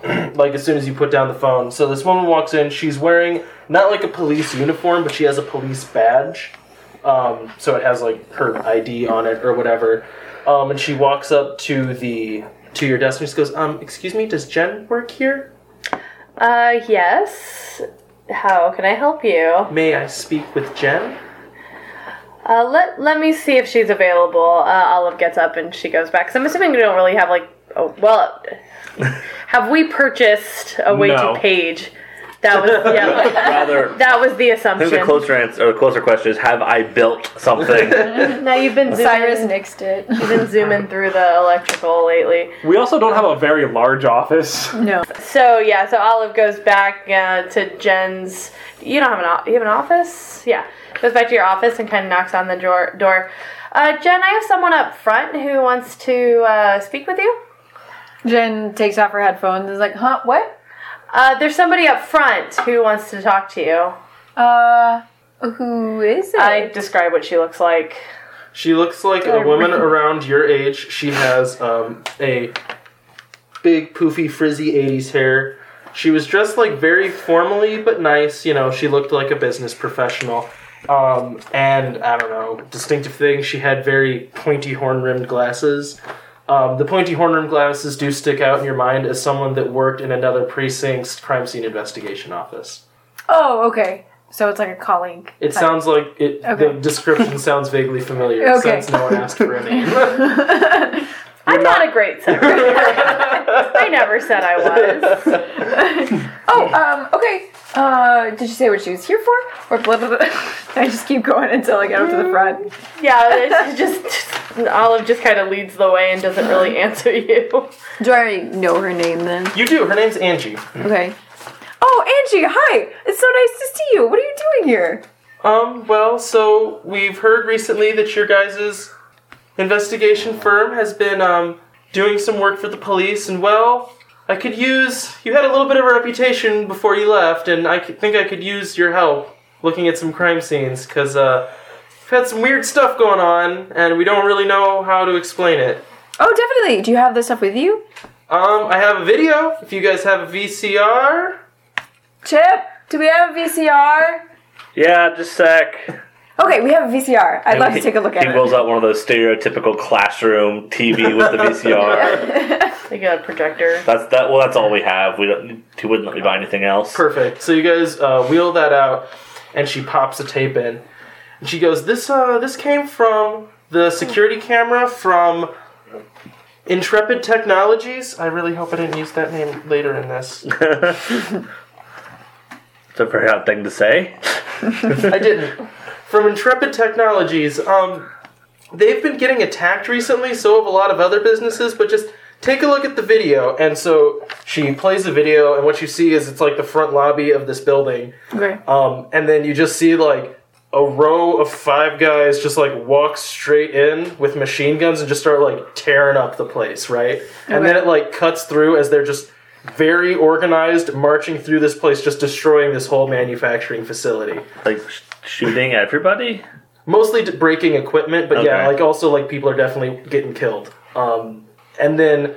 A: like as soon as you put down the phone. So this woman walks in. She's wearing not like a police uniform, but she has a police badge. Um, so it has like her ID on it or whatever. Um, and she walks up to the to your desk and she goes, "Um, excuse me, does Jen work here?
B: Uh, yes. How can I help you?
A: May I speak with Jen?"
B: Uh, let let me see if she's available. Uh, Olive gets up and she goes back. So I'm assuming we don't really have like, oh, well, have we purchased a way
D: No.
B: to page? That was yeah.
C: Rather,
B: that was the
C: I think the
B: assumption.
C: closer answer or the closer question is: Have I built something?
B: Now you've been
E: Cyrus
B: zooming,
E: nixed it.
B: you've been zooming through the electrical lately.
D: we also don't have a very large office.
E: No.
B: So yeah, so Olive goes back uh, to Jen's. You don't have an o- you have an office, yeah. Goes back to your office and kind of knocks on the door. Door. Uh, Jen, I have someone up front who wants to uh, speak with you.
E: Jen takes off her headphones and is like, huh, what?
B: Uh, there's somebody up front who wants to talk to you.
E: Uh, who is it?
B: I describe what she looks like.
A: She looks like a woman around your age. She has um, a big, poofy, frizzy 80s hair. She was dressed like very formally but nice. You know, she looked like a business professional. Um, and I don't know, distinctive thing, she had very pointy horn rimmed glasses. Um, the pointy horn rimmed glasses do stick out in your mind as someone that worked in another precinct's crime scene investigation office.
E: oh, okay. So it's like a colleague.
A: It sounds like it,
E: Okay.
A: the description sounds vaguely familiar
E: Okay.
A: since no one asked for a name.
B: I'm not, a great secretary. I never said I was.
E: Oh, um, okay. Uh, did you say what she was here for? Or blah, blah, blah. I just keep going until I get up to the front.
B: Yeah, it's just Olive just kind of leads the way and doesn't really answer you.
E: Do I already know her name then?
A: You do. Her name's Angie.
E: Okay. Oh, Angie, hi! It's so nice to see you. What are you doing here?
A: Um, well, so we've heard recently that your guys' investigation firm has been um, doing some work for the police, and well, I could use. You had a little bit of a reputation before you left, and I c- think I could use your help looking at some crime scenes, because uh, we've had some weird stuff going on, and we don't really know how to explain it.
E: Oh, definitely. Do you have this stuff with you?
A: Um, I have a video. If you guys have a VCR,
E: Chip, do we have a VCR?
C: yeah, just a sec.
E: Okay, we have a VCR. I'd love to
C: He-
E: take a look at
C: He rolls
E: it.
C: out one of those stereotypical classroom TV with the VCR.
B: Like a projector.
C: That's that. Well, that's all we have. We don't. He wouldn't let me buy anything else.
A: Perfect. So you guys uh, wheel that out, and she pops a tape in, and she goes, "This uh, this came from the security camera from Intrepid Technologies. I really hope I didn't use that name later in this.
C: It's a very odd thing to say.
A: I didn't. From Intrepid Technologies. Um, they've been getting attacked recently. So have a lot of other businesses. But just take a look at the video. And so she plays the video, and what you see is it's like the front lobby of this building.
E: Okay.
A: Um, and then you just see like a row of five guys just like walk straight in with machine guns and just start like tearing up the place, right? And then it like cuts through as they're just very organized marching through this place, just destroying this whole manufacturing facility.
C: Like sh- shooting everybody.
A: Mostly d- breaking equipment, but yeah,
C: Okay.
A: like also like people are definitely getting killed. Um, and then.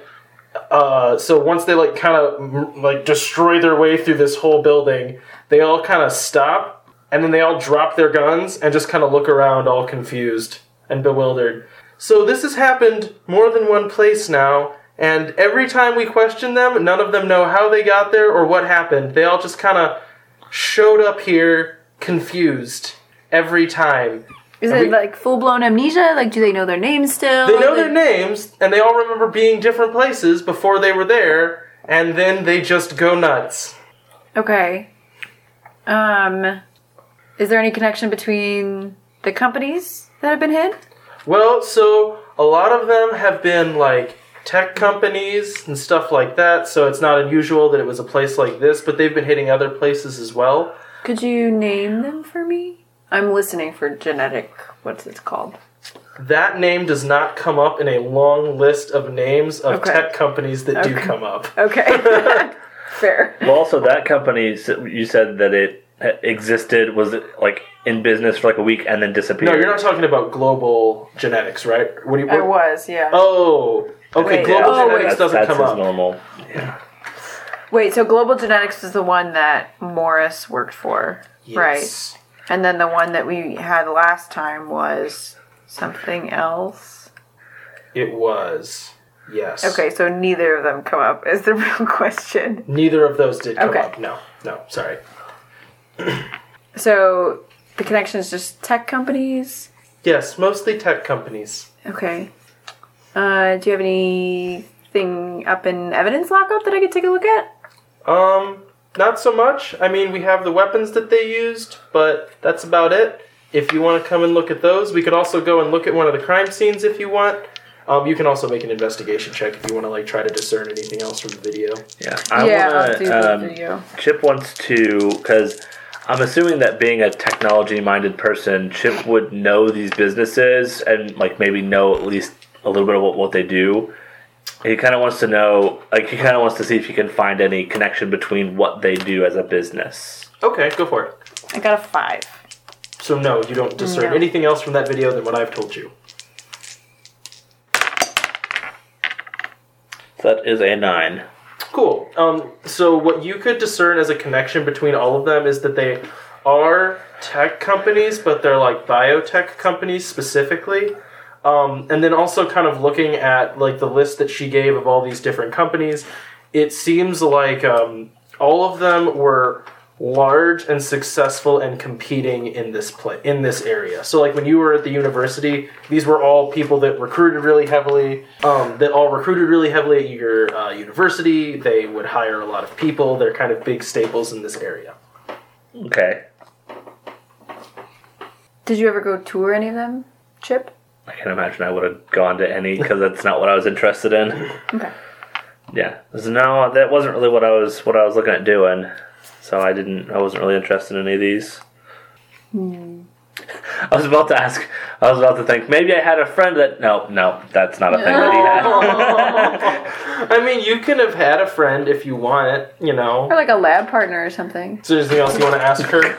A: Uh, so once they like kind of like destroy their way through this whole building, they all kind of stop and then they all drop their guns and just kind of look around all confused and bewildered. So this has happened more than one place now, and every time we question them, none of them know how they got there or what happened. They all just kind of showed up here confused every time.
E: Is
A: Are
E: it
A: we-
E: like full blown amnesia? Like, do they know their names still?
A: They know their
E: Like-
A: names and they all remember being different places before they were there, and then they just go nuts.
E: Okay. Um, is there any connection between the companies that have been hit?
A: Well, so a lot of them have been like tech companies and stuff like that, so it's not unusual that it was a place like this, but they've been hitting other places as well.
E: Could you name them for me? I'm listening for genetic. What's it called?
A: That name does not come up in a long list of names of
E: Okay.
A: tech companies that do
E: Okay.
A: come up.
E: Okay. Fair.
C: Well, also that company s- you said that it existed was like in business for like a week and then disappeared.
A: No, you're not talking about global genetics, right? What do you?
E: I
A: what-
E: was, yeah.
A: Oh, okay.
E: Wait,
A: global
E: oh, wait.
A: genetics
C: That's,
A: doesn't
C: that's
A: come
C: his
A: up.
C: normal.
E: Wait, so Global Genetics is the one that Morris worked for, right? And then the one that we had last time was something else.
A: It was. Yes.
E: Okay, so neither of them come up is the real question.
A: Neither of those did come
E: Okay.
A: up. No, no. Sorry.
E: So the connection is just tech companies.
A: Yes, mostly tech companies.
E: Okay. Uh, do you have anything up in evidence lockup that I could take a look at?
A: Um, not so much. I mean, we have the weapons that they used, but that's about it. If you want to come and look at those, we could also go and look at one of the crime scenes if you want. Um, you can also make an investigation check if you want to like try to discern anything else from the video.
C: Yeah, I wanna, um, Chip wants to because I'm assuming that being a technology-minded person, Chip would know these businesses and like maybe know at least a little bit of what, what they do. He kind of wants to know, like he kind of wants to see if he can find any connection between what they do as a business.
A: Okay, go for it.
E: I got a five.
A: So no, you don't discern
E: No.
A: anything else from that video than what I've told you.
C: So that is a nine.
A: Cool. Um, so what you could discern as a connection between all of them is that they are tech companies, but they're like biotech companies specifically. Um, and then also kind of looking at like the list that she gave of all these different companies, it seems like um, all of them were large and successful and competing in this play in this area. So like when you were at the university, these were all people that recruited really heavily. Um, that all recruited really heavily at your uh, university. They would hire a lot of people. They're kind of big staples in this area.
C: Okay,
E: Did you ever go tour any of them, Chip?
C: I can imagine I would have gone to any because that's not what I was interested in.
E: Okay.
C: Yeah, so no, that wasn't really what I was what I was looking at doing. So I didn't, I wasn't really interested in any of these.
D: Hmm.
C: I was about to ask. I was about to think maybe I had a friend that no, no, that's not a thing that he had.
A: I mean, you can have had a friend if you want it. You know.
E: Or like a lab partner or something.
A: Is there anything else you want to ask her?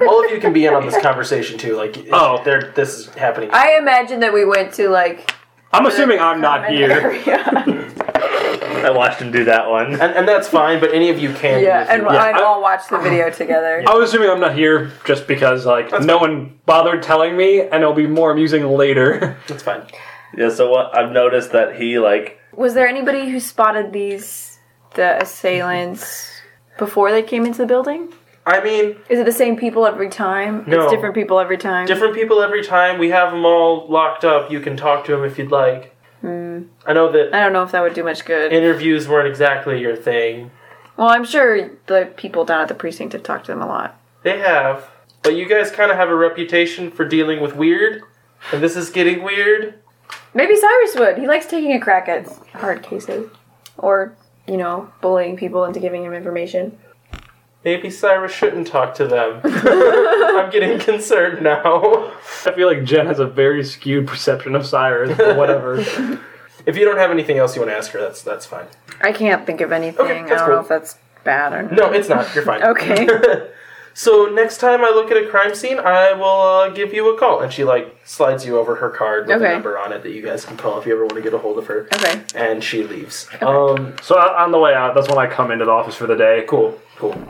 A: All of you can be in on this conversation too. Like,
D: Oh.
A: they're, this is happening.
E: I imagine that we went to like.
D: I'm assuming I'm not here.
E: yeah,
C: I watched him do that one.
A: and, and that's fine, but any of you can.
E: yeah,
A: if you
E: and
A: want.
E: I'd all watch the
A: Uh-huh.
E: video together.
D: I was assuming I'm not here just because like no one bothered telling me, and it'll be more amusing later.
A: that's fine.
C: Yeah. So what I've noticed that he like
E: Was there anybody who spotted these the assailants before they came into the building?
A: I mean,
E: Is it the same people every time?
A: No.
E: It's different people every time.
A: different people every time. We have them all locked up. You can talk to them if you'd like.
E: Hmm.
A: I know that
E: I don't know if that would do much good.
A: interviews weren't exactly your thing.
E: well, I'm sure the people down at the precinct have talked to them a lot.
A: They have, but you guys kind of have a reputation for dealing with weird, and this is getting weird.
E: Maybe Cyrus would. He likes taking a crack at hard cases. Or, you know, bullying people into giving him information.
A: Maybe Cyrus shouldn't talk to them. I'm getting concerned now.
D: I feel like Jen has a very skewed perception of Cyrus or whatever.
A: If you don't have anything else you want to ask her, that's that's fine.
E: I can't think of anything.
A: Okay,
E: I
A: that's
E: don't
A: cool.
E: know if that's bad or not.
A: No, it's not. You're fine.
E: Okay.
A: So next time I look at a crime scene, I will uh, give you a call. And she like slides you over her card with a
E: Okay.
A: number on it that you guys can call if you ever want to get a hold of her.
E: Okay.
A: And she leaves. Um,
D: So on on the way out, that's when I come into the office for the day.
A: cool, cool.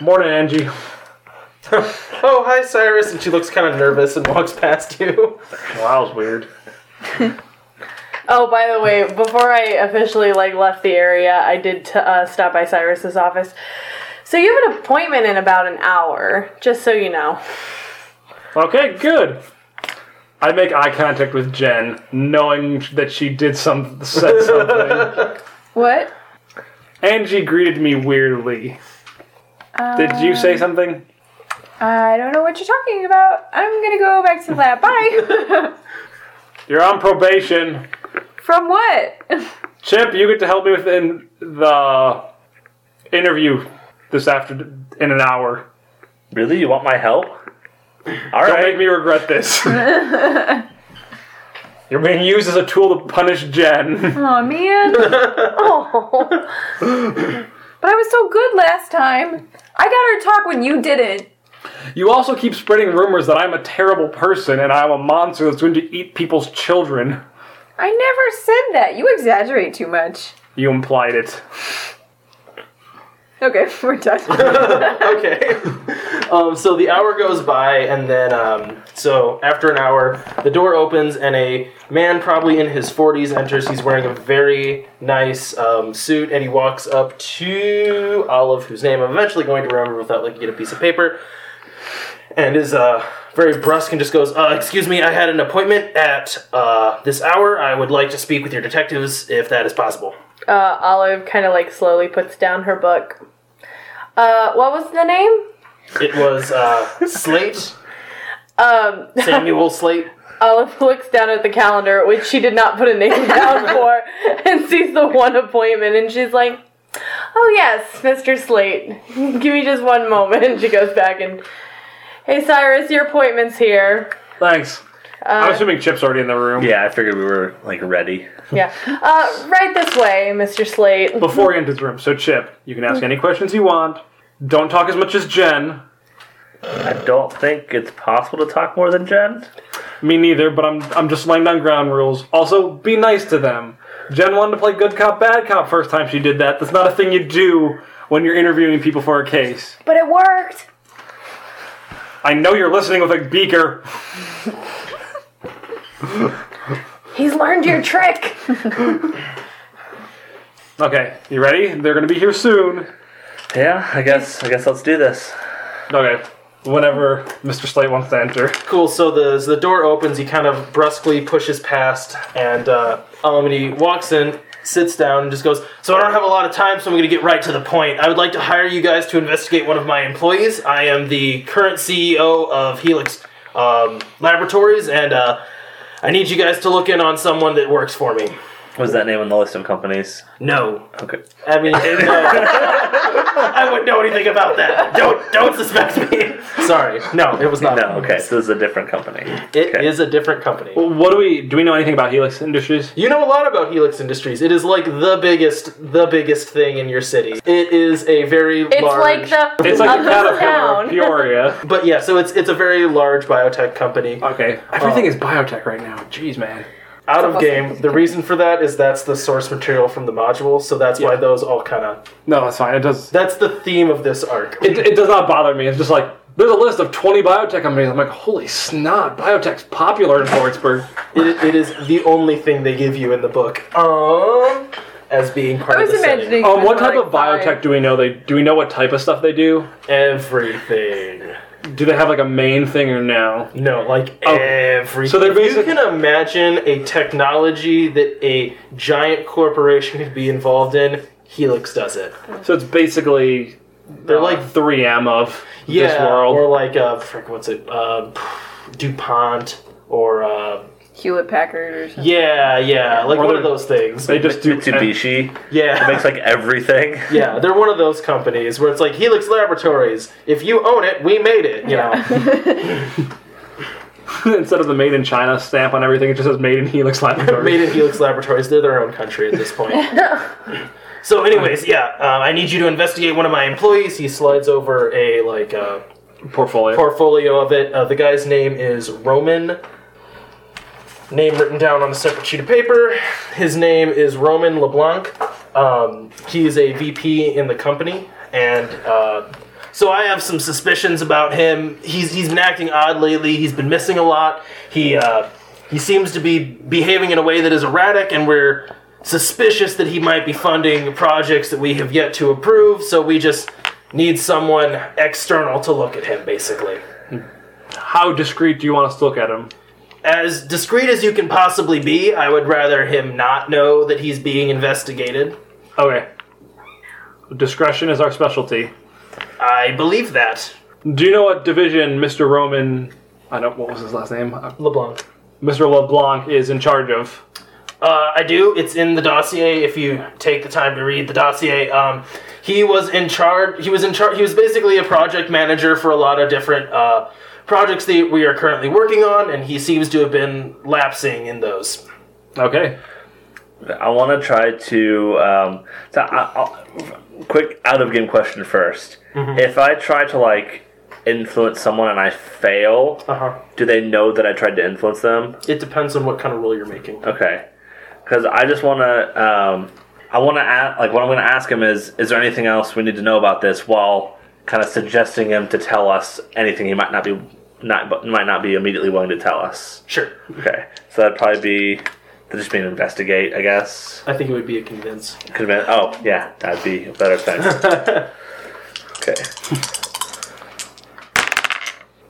D: Morning, Angie.
A: Oh, hi, Cyrus. And she looks kind of nervous and walks past you.
D: Wow, that was weird.
B: Oh, by the way, before I officially like left the area, I did t- uh, stop by Cyrus's office. So you have an appointment in about an hour, just so you know.
D: Okay, good. I make eye contact with Jen, knowing that she did some said something.
E: What?
D: Angie greeted me weirdly. did you say something?
E: I don't know what you're talking about. I'm gonna go back to the lab. Bye!
D: You're on probation.
E: From what?
D: Chip, you get to help me within the interview this after in an hour.
C: Really? You want my help? All
D: Don't make
C: right.
D: me regret this. You're being used as a tool to punish Jen.
E: Oh man.
B: Oh,
E: But I was so good last time. I got her to talk when you didn't.
D: You also keep spreading rumors that I'm a terrible person and I'm a monster that's going to eat people's children.
E: I never said that. You exaggerate too much.
D: You implied it.
E: Okay, we're done.
A: okay. Um, so the hour goes by, and then um, so after an hour, the door opens, and a man, probably in his forties, enters. He's wearing a very nice um, suit, and he walks up to Olive, whose name I'm eventually going to remember without looking at a piece of paper, and is uh, very brusque and just goes, uh, "Excuse me, I had an appointment at uh, this hour. I would like to speak with your detectives, if that is possible."
B: uh, Olive kind of like slowly puts down her book. Uh, what was the name?
A: It was uh, Slate,
B: Um,
A: Samuel Slate.
B: Olive looks down at the calendar, which she did not put a name down for, and sees the one appointment, and she's like, "Oh yes, Mr. Slate, give me just one moment." And she goes back and, "Hey Cyrus, your appointment's here."
D: Thanks. I'm assuming Chip's already in the room.
C: Yeah, I figured we were like ready.
B: Yeah, uh, right this way, Mr. Slate.
D: Before he enters the room. So, Chip, you can ask any questions you want. Don't talk as much as Jen.
C: I don't think it's possible to talk more than Jen.
D: Me neither, but I'm I'm just laying down ground rules. Also, be nice to them. Jen wanted to play good cop, bad cop first time she did that. That's not a thing you do when you're interviewing people for a case.
E: but it worked.
D: I know you're listening with a beaker.
B: He's learned your trick.
D: Okay, you ready? They're gonna be here soon.
C: Yeah, I guess. I guess let's do this.
D: Okay. Whenever Mr. Slate wants to enter.
A: Cool. So the so the door opens. He kind of brusquely pushes past, and uh, um, and he walks in, sits down, and just goes. So I don't have a lot of time, so I'm going to get right to the point. I would like to hire you guys to investigate one of my employees. I am the current CEO of Helix um, Laboratories, and uh, I need you guys to look in on someone that works for me.
C: Was that name on the list of companies?
A: No,
C: Okay.
A: I mean, no. I wouldn't know anything about that. Don't don't suspect me. Sorry. No, it was not.
C: No. Okay. So this is a different company.
A: Um, It is
C: Okay.
A: a different company.
D: What do we do we know anything about Helix Industries?
A: You know a lot about Helix Industries. It is like the biggest, the biggest thing in your city. It is a very
B: It's
A: large.
B: like the
D: It's like
B: up
D: a
B: and
D: caterpillar
B: down.
D: of Peoria.
A: But yeah, so it's it's a very large biotech company.
D: Okay. Everything is biotech right now. Jeez man.
A: Out of game. The reason for that is that's the source material from the module, so that's why
D: Yeah.
A: those all kind of.
D: No, that's fine. It does
A: That's the theme of this arc.
D: it, it does not bother me. It's just like there's a list of 20 biotech companies. I'm like, holy snot, biotech's popular in Fortsburg.
A: It, it is the only thing they give you in the book. Um, as being part
E: I was
A: of the setting.
E: imagining.
D: Um,
E: it was
D: what type
E: like
D: of biotech
E: five.
D: do we know? They do we know what type of stuff they do?
A: everything.
D: Do they have like a main thing or no?
A: No, like every.
D: So they're
A: If you
D: basic-
A: can imagine a technology that a giant corporation could be involved in. Helix does it.
D: So it's basically
A: They're like
D: 3M of
A: yeah,
D: this world.
A: or like uh, frick, what's it? Uh, Dupont or uh,
E: Hewlett Packard or something.
A: yeah, yeah, like
D: Or
A: one
D: they're-
A: of those things.
D: they just do
C: Mitsubishi
A: yeah,
C: makes like everything.
A: yeah, they're one of those companies where it's like Helix Laboratories. If you own it, we made it. You know.
D: instead of the made in China stamp on everything, it just says made in Helix Laboratories.
A: Made in Helix Laboratories. They're their own country at this point. so, anyways, yeah, uh, I need you to investigate one of my employees. He slides over a like uh,
D: portfolio.
A: portfolio of it. Uh, the guy's name is Roman. Name written down on a separate sheet of paper. His name is Roman LeBlanc. Um, he is a VP in the company, and uh, so I have some suspicions about him. He's he's been acting odd lately. He's been missing a lot. He uh, he seems to be behaving in a way that is erratic, and we're suspicious that he might be funding projects that we have yet to approve. So we just need someone external to look at him, basically.
D: How discreet do you want us to look at them?
A: As discreet as you can possibly be, I would rather him not know that he's being investigated.
D: Okay. Discretion is our specialty.
A: I believe that.
D: Do you know what division Mr. Roman? I don't. What was his last name? Uh,
A: LeBlanc.
D: Mr. LeBlanc is in charge of.
A: Uh, I do. It's in the dossier. If you take the time to read the dossier, um, he was in charge. He was in charge. He was basically a project manager for a lot of different uh, projects that we are currently working on, and he seems to have been lapsing in those.
D: Okay.
C: I want to try to. Um, so I, I'll, quick out of game question 1st
D: Mm-hmm.
C: If I try to like influence someone and I fail,
A: Uh huh.
C: do they know that I tried to influence them?
A: It depends on what kind of role you're making.
C: Okay, because I just want to. Um, I want to ask. Like what I'm going to ask him is: Is there anything else we need to know about this? While kind of suggesting him to tell us anything he might not be not but might not be immediately willing to tell us.
A: Sure.
C: Okay, so that'd probably be just being investigate, I guess.
A: I think it would be a convince.
C: Could have been. Oh, yeah, that'd be a better thing. okay.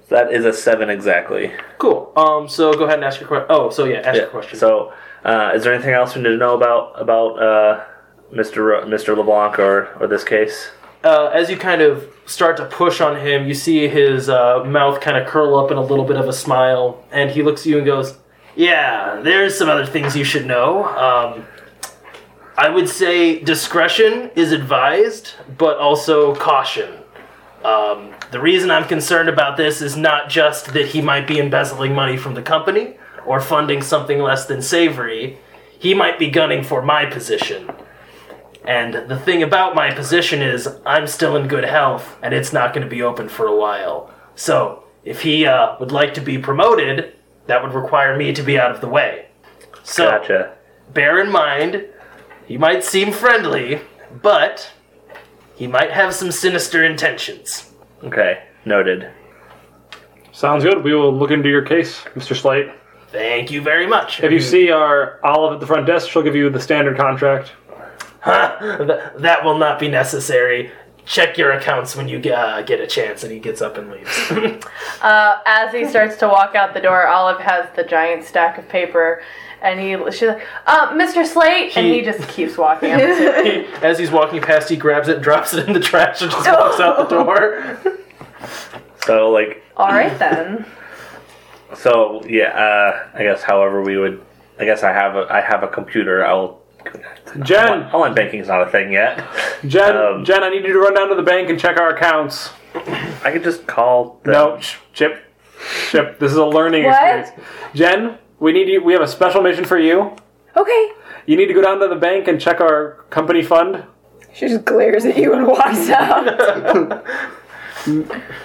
C: That is a seven exactly.
A: Cool. Um. So go ahead and ask your question. Oh, so yeah, ask your question.
C: So, uh, is there anything else we need to know about about uh, Mr. Ro- Mr. LeBlanc or or this case?
A: uh, as you kind of start to push on him, you see his uh, mouth kind of curl up in a little bit of a smile, and he looks at you and goes, "Yeah, there's some other things you should know. Um, I would say discretion is advised, but also caution. Um, the reason I'm concerned about this is not just that he might be embezzling money from the company or funding something less than savory. He might be gunning for my position." And the thing about my position is, I'm still in good health, and it's not going to be open for a while. So, if he uh, would like to be promoted, that would require me to be out of the way. So,
C: Gotcha.
A: bear in mind, he might seem friendly, but he might have some sinister intentions.
C: Okay, noted.
D: Sounds good. We will look into your case, Mr. Slate.
A: Thank you very much.
D: If you see our Olive at the front desk, she'll give you the standard contract.
A: Th- that will not be necessary. Check your accounts when you g- uh, get a chance. And he gets up and leaves.
B: Uh, as he starts to walk out the door, Olive has the giant stack of paper, and he she's like, uh, "Mr. Slate," and
A: He-
B: he just keeps walking. up to it.
A: He- as he's walking past, he grabs it, drops it in the trash, and just walks out the door.
C: So like,
B: All right then.
C: so yeah. Uh, I guess however we would. I guess I have a I have a computer. I'll.
D: Jen,
C: Online banking's not a thing yet.
D: Jen,
C: Um,
D: Jen, I need you to run down to the bank and check our accounts.
C: I could just call. Them.
D: No, sh- Chip, Chip, this is a learning
B: What?
D: experience. Jen, we need you. We have a special mission for you.
E: Okay.
D: You need to go down to the bank and check our company fund.
E: She just glares at you and walks out.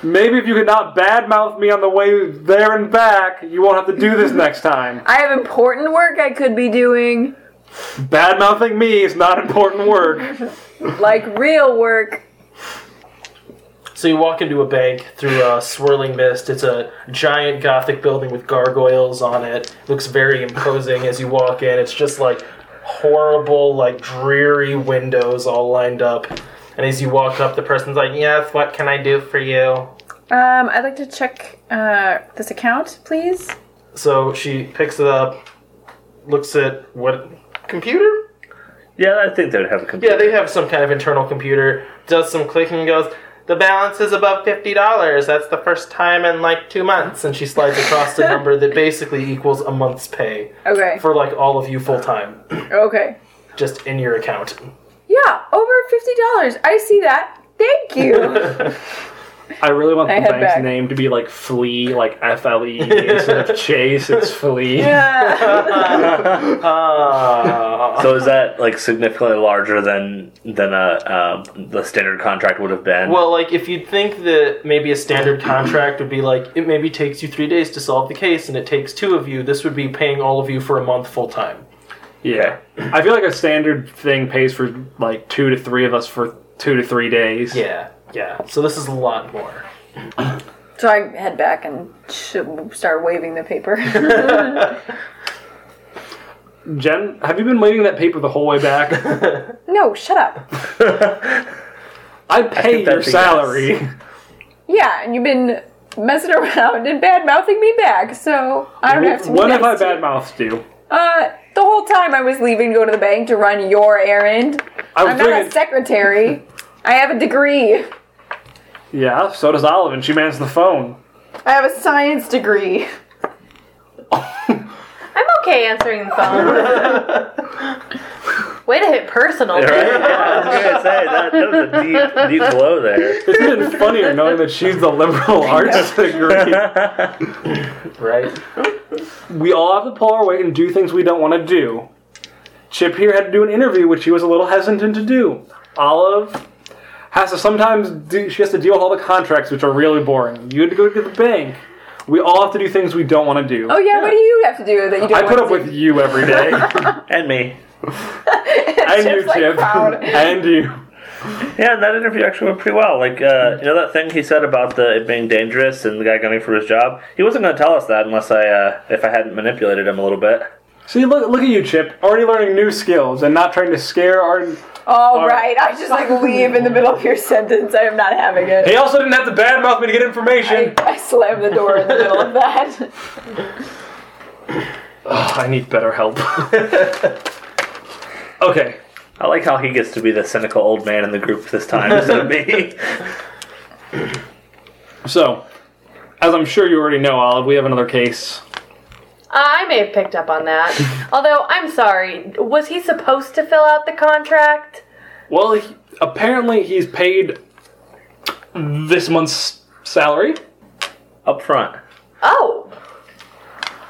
D: Maybe if you could not badmouth me on the way there and back, you won't have to do this next time.
E: I have important work I could be doing,
D: Badmouthing me is not important work.
E: like real work.
A: So you walk into a bank through a swirling mist. It's a giant gothic building with gargoyles on it. Looks very imposing as you walk in. It's just like horrible, like dreary windows all lined up. And as you walk up, the person's like, "Yes, what can I do for you?"
E: Um, I'd like to check uh, this account, please.
A: So she picks it up, looks at what computer?
C: Yeah, I think they'd have a computer.
A: Yeah, they have some kind of internal computer. Does some clicking and goes, the balance is above fifty dollars. That's the first time in like two months. And she slides across the number that basically equals a month's pay
E: Okay.
A: for like all of you full time,
E: Okay.
A: just in your account.
E: Yeah, over fifty dollars. I see that. Thank you.
A: Uh,
D: I really want
E: I
D: the
E: head
D: bank's
E: back.
D: name to be like Flea, like F L E instead of Chase. It's Flea.
E: Yeah.
A: Ah.
C: So is that like significantly larger than than a um, the standard contract would have been?
A: well, like if you'd think that maybe a standard contract would be like it maybe takes you three days to solve the case, and it takes two of you. This would be paying all of you for a month full time.
D: Yeah. I feel like a standard thing pays for like two to three of us for two to three days.
A: Yeah, yeah. So this is a lot more.
E: so I head back and sh- start waving the paper.
D: Jen, have you been waving that paper the whole way back?
E: no, shut up.
D: I pay your
C: that's a yes.
D: salary.
E: Yeah, and you've been messing around and bad mouthing me back, so I don't have to.
D: What
E: be
D: have I
E: nice to you.
D: badmouthed you?
E: Uh, the whole time I was leaving to go to the bank to run your errand.
D: I was
E: I'm not a
D: doing it.
E: secretary. I have a degree.
D: Yeah, so does Olive, and she mans the phone.
E: I have a science degree. I'm
B: okay answering the phone. Way to hit personal.
C: Right? Yeah, I was gonna say that, that was a deep, deep blow there.
D: It's even funnier knowing that she's the liberal arts degree.
A: Right.
D: We all have to pull our weight and do things we don't want to do. Chip here had to do an interview, which he was a little hesitant to do. Olive has to sometimes do, she has to deal with all the contracts, which are really boring. You had to go to the bank. We all have to do things we don't want to do.
E: Oh yeah, what do you have to do that you don't?
D: I put
E: want
D: up
E: to
D: with you every day,
C: and me.
D: and you,
E: Chip's, like,
D: Chip,
E: proud.
D: and you.
C: Yeah, and that interview actually went pretty well. Like, uh, you know that thing he said about the it being dangerous and the guy gunning for his job. He wasn't going to tell us that unless I, uh, if I hadn't manipulated him a little bit.
D: See, look, look at you, Chip, already learning new skills and not trying to scare our.
E: All right, I just like leave in the middle of your sentence. I am not having it.
D: He also didn't have to badmouth me to get information.
E: I, I slammed the door in the middle of that.
D: Ugh, I need better help. okay,
C: I like how he gets to be the cynical old man in the group this time instead of me.
D: so as I'm sure you already know, Olive, we have another case.
B: Uh, I may have picked up on that. Although, I'm sorry, was he supposed to fill out the contract?
D: Well, he, apparently he's paid this month's salary.
C: Up front.
B: Oh.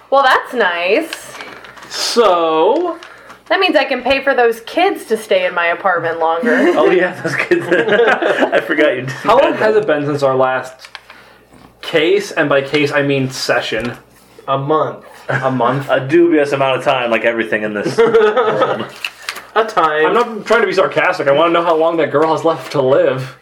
B: Well, that's nice.
D: So,
B: That means I can pay for those kids to stay in my apartment longer.
C: Oh yeah, those kids. I forgot you. Did
D: how long has it been since our last case? And by case, I mean session.
A: A month.
D: A month.
C: a dubious amount of time, like everything in this.
A: A time.
D: I'm not trying to be sarcastic. I want to know how long that girl has left to live.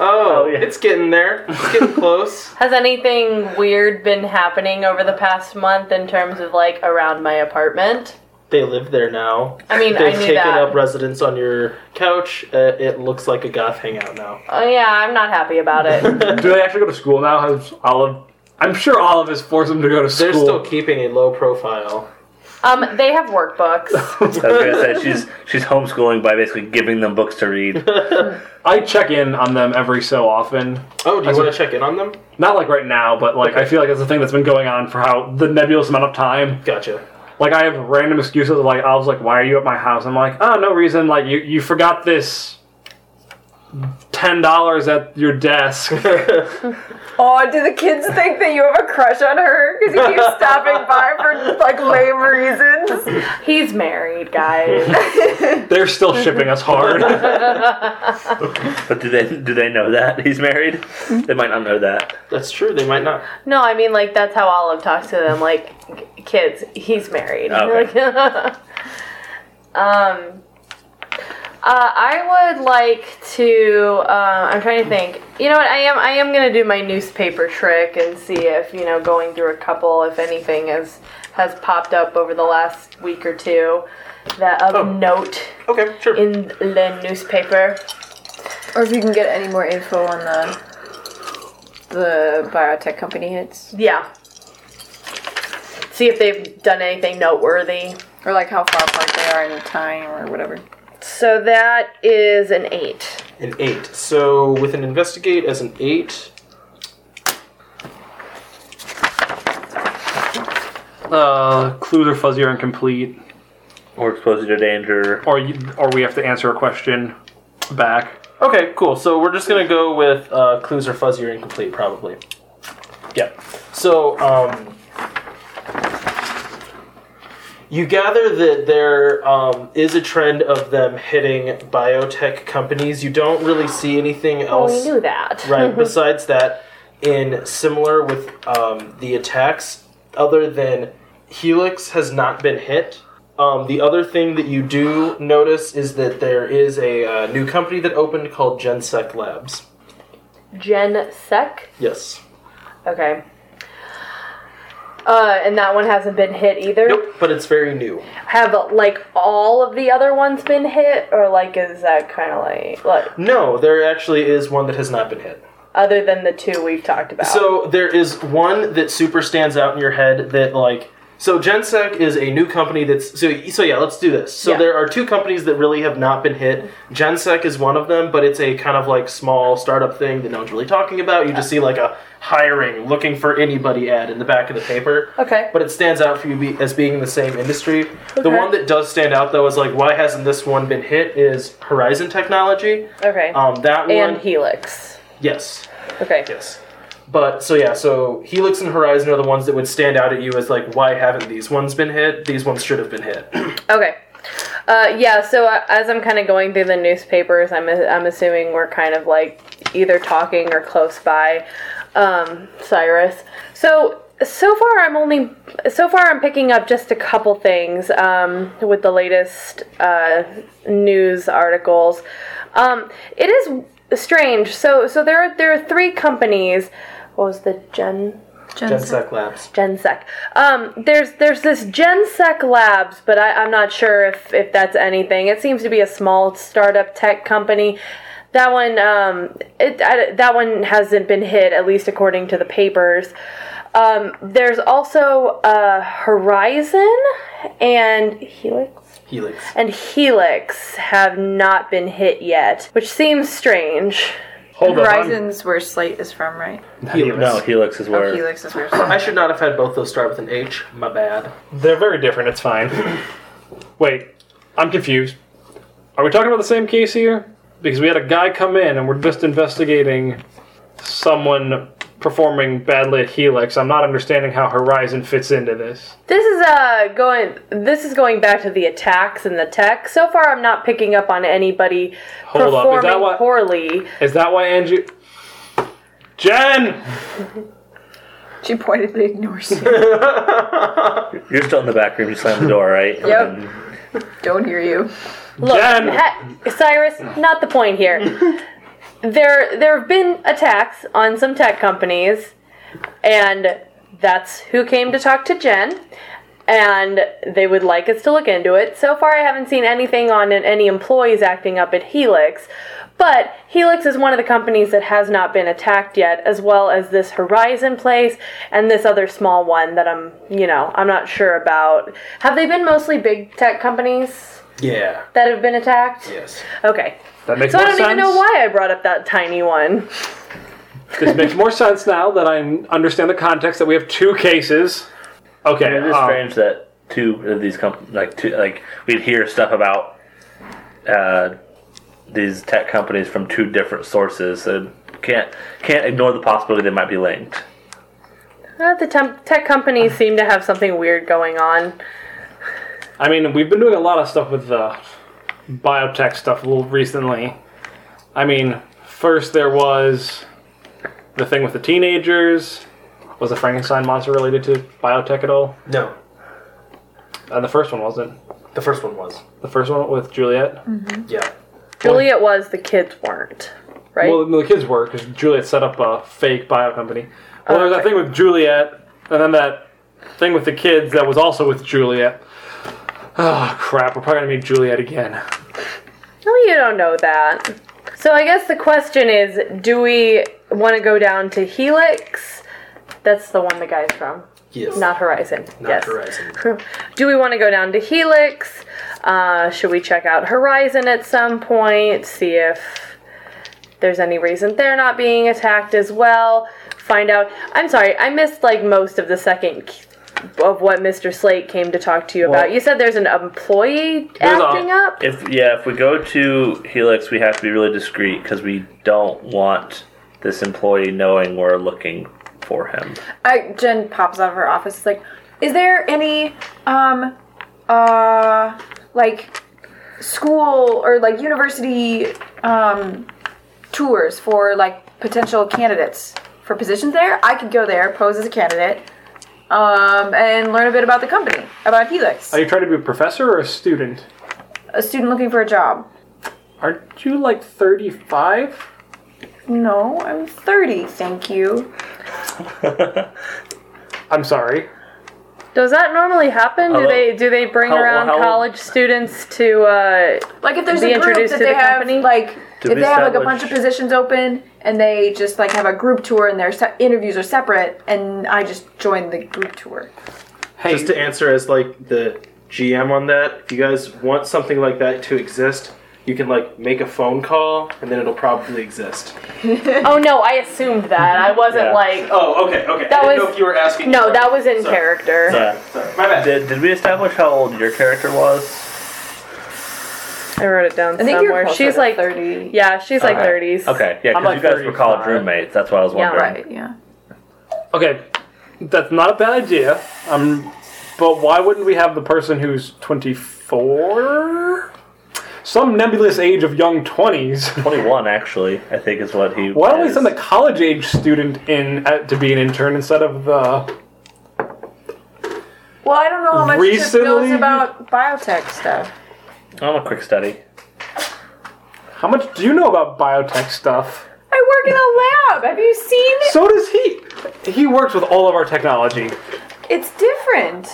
A: oh,
C: Oh, yeah.
A: it's getting there. It's getting close.
B: Has anything weird been happening over the past month in terms of like around my apartment?
A: They live there now.
B: I mean,
A: They've
B: I knew
A: taken
B: that.
A: up residence on your couch. Uh, it looks like a goth hangout now.
B: Oh yeah, I'm not happy about it.
D: Do they actually go to school now? Has Olive? I'm sure Olive has forced them to go to school.
A: They're still keeping a low profile.
B: um, they have workbooks.
C: I was gonna say she's she's homeschooling by basically giving them books to read.
D: I check in on them every so often.
A: Oh, do you
D: That's
A: want to
D: what-
A: check in on them?
D: Not like right now, but like I feel like it's a thing that's been going on for how the nebulous amount of time.
A: Gotcha.
D: Like I have random excuses. Like I was like, "Why are you at my house?" I'm like, "Oh, no reason. Like you you forgot this ten dollars at your desk."
E: Oh, do the kids think that you have a crush on her because you keep stopping by for like lame reasons?
B: He's married, guys.
D: They're still shipping us hard.
C: But do they do they know that he's married? They might not know that.
A: That's true. They might not.
B: No, I mean like that's how Olive talks to them. Like, k- kids, he's married.
C: Okay.
B: um, uh, I would like to. Uh, I'm trying to think. You know what? I am. I am gonna do my newspaper trick and see if you know going through a couple, if anything has has popped up over the last week or two that of
A: Oh.
B: note
A: Okay, sure.
B: in the newspaper.
E: Or if you can get any more info on the the biotech company hits,
B: Yeah. See if they've done anything noteworthy.
E: or like how far apart they are in time or whatever.
B: So that is an eight.
A: An eight. So with an investigate as an eight.
D: uh, clues are fuzzy or incomplete,
C: Or exposure to danger.
D: or you, or we have to answer a question back.
A: Okay, cool. So we're just gonna go with uh, clues are fuzzy or incomplete, probably. Yeah. So um, you gather that there um, is a trend of them hitting biotech companies. You don't really see anything
B: Oh,
A: else.
B: we knew that.
A: Right. Besides that, in similar with um, the attacks, other than Helix has not been hit. Um, the other thing that you do notice is that there is a uh, new company that opened called GenSec Labs.
B: Gen Sec.
A: Yes.
B: Okay. Uh, and that one hasn't been hit either.
A: Nope. But it's very new.
B: Have like all of the other ones been hit, or like is that kind of like like
A: No, there actually is one that has not been hit.
B: other than the two we've talked about?
A: So there is one that super stands out in your head that like So Gensec is a new company that's so so yeah. Let's do this. So
B: Yeah.
A: there are two companies that really have not been hit. Gensec is one of them, but it's a kind of like small startup thing that no one's really talking about. You just see like a hiring, looking for anybody ad in the back of the paper.
B: Okay.
A: But it stands out for you be, as being in the same industry. The
B: Okay.
A: one that does stand out though is like why hasn't this one been hit? Is Horizon Technology.
B: Okay.
A: Um, that
B: and
A: one.
B: Helix.
A: yes.
B: Okay.
A: Yes. But so yeah, so Helix and Horizon are the ones that would stand out at you as like, why haven't these ones been hit? These ones should have been hit.
B: Okay. Uh, yeah, so uh, as I'm kind of going through the newspapers, I'm, I'm assuming we're kind of like either talking or close by um, Cyrus. So, so far I'm only, so far I'm picking up just a couple things um, with the latest uh, news articles. Um, it is strange. So, so there are, there are three companies. What was the Gen?
A: Gensec Labs.
B: GenSec. Um, there's there's this GenSec Labs, but I, I'm not sure if, if that's anything. It seems to be a small startup tech company. That one um, it, I, that one hasn't been hit, at least according to the papers. Um, there's also uh, Horizon and Helix
A: Helix.
B: and Helix have not been hit yet, which seems strange.
D: Hold up, I'm-
E: Horizon's where Slate is from, right?
A: Helix.
C: No, Helix is
E: Oh,
C: where.
E: Helix is where.
A: I should not have had both those start with an H. My bad.
D: They're very different. It's fine. Wait, I'm confused. Are we talking about the same case here? Because we had a guy come in and we're just investigating someone performing badly at Helix. I'm not understanding how Horizon fits into this.
B: This is uh going. This is going back to the attacks and the tech. So far, I'm not picking up on anybody
D: Hold up, is that
B: performing
D: what-
B: poorly.
D: Is that why Andrew? Jen,
E: She pointed the ignores you.
C: You're still in the back room. You slammed the door, right?
E: Yep. Don't hear you.
B: Look,
D: Jen!
B: ha- Cyrus, not the point here. there, there have been attacks on some tech companies, and that's who came to talk to Jen. And they would like us to look into it. So far, I haven't seen anything on an- any employees acting up at Helix. But Helix is one of the companies that has not been attacked yet, as well as this Horizon place and this other small one that I'm, you know, I'm not sure about. Have they been mostly big tech companies?
A: Yeah.
B: that have been attacked?
A: Yes.
B: Okay.
D: That makes
B: So I
D: more
B: don't
D: sense.
B: even know why I brought up that tiny one.
D: This makes more sense now that I understand the context that we have two cases. Okay,
C: It is
D: um,
C: strange that two of these comp- like two like we'd hear stuff about uh, these tech companies from two different sources. So can't can't ignore the possibility they might be linked.
B: Uh, the temp- tech
A: Uh.
B: companies seem to have something weird going on.
D: I mean, we've been doing a lot of stuff with the biotech stuff a little recently. I mean, first there was the thing with the teenagers. Was the Frankenstein monster related to biotech at all?
A: No.
D: And the first one wasn't.
A: The first one was.
D: The first one with Juliet.
A: Yeah.
B: Juliet was, the kids weren't. Right?
D: Well, no, the kids were because Juliet set up a fake bio company. Well, there was that
B: okay.
D: thing with Juliet, and then that thing with the kids that was also with Juliet. Oh crap! We're probably gonna meet Juliet again.
B: no, you don't know that. So I guess the question is do we want to go down to Helix? That's the one the guy's from,
A: Yes.
B: not Horizon.
A: Not
B: yes.
A: Horizon.
B: Do we want to go down to Helix? Uh, should we check out Horizon at some point? See if there's any reason they're not being attacked as well. Find out. I'm sorry, I missed like most of the second k- of what Mr. Slate came to talk to you about.
C: Well-
B: You said there's an employee
D: There's a-
B: acting up.
C: If yeah, if we go to Helix, we have to be really discreet because we don't want this employee knowing we're looking for him.
E: I, Jen pops out of her office. It's like, is there any, um, uh, like school or like university, um, tours for like potential candidates for positions there? I could go there, pose as a candidate, um, and learn a bit about the company, about Helix.
D: Are you trying to be a professor or a student?
E: a student looking for a job.
D: Aren't you like 35?
E: No, I'm 30, thank you.
D: I'm sorry.
B: Does that normally happen? Do
C: Hello?
B: they do they bring
C: How-
B: around
C: how-
B: college students to? Uh,
E: Like if there's
B: Be
E: a group
B: introduced
E: that
B: to
E: they
B: the
E: have,
B: company?
E: like
C: To
E: if
C: be
E: they have like a bunch of
C: established.
E: positions open and they just like have a group tour and their se- interviews are separate, and I just join the group tour.
D: Hey,
A: Just to answer as like the GM on that, if you guys want something like that to exist, you can like make a phone call and then it'll probably exist.
B: Oh no, I assumed that. I wasn't
C: Yeah.
B: like.
A: Oh, okay, okay.
B: That
A: I didn't know
B: was-
A: if you were asking.
B: No, that was in
A: Sorry.
B: character.
C: Yeah.
A: Sorry, my bad.
C: Did, did we establish how old your character was?
B: I wrote it down
E: I think
B: somewhere.
E: you're
B: She's like,
E: thirty.
B: yeah, she's like
C: Okay.
B: 30s.
C: Okay, yeah,
D: I'm
C: because
D: like
C: you guys were college
D: 35.
C: roommates. That's what I was
B: Yeah,
C: wondering.
E: Right. Yeah.
D: okay, that's not a bad idea. Um, but why wouldn't we have the person who's 24? Some nebulous age of young 20s.
C: 21, actually, I think is what he.
D: Why don't we
C: is.
D: send a college age student in uh, to be an intern instead of uh, the.
E: Well, I don't know how much Recently,
D: Recently-
E: knows about biotech stuff.
C: I'm a quick study.
D: How much do you know about biotech stuff?
E: I work in a lab. Have you seen it?
D: So does he. He works with all of our technology.
E: It's different.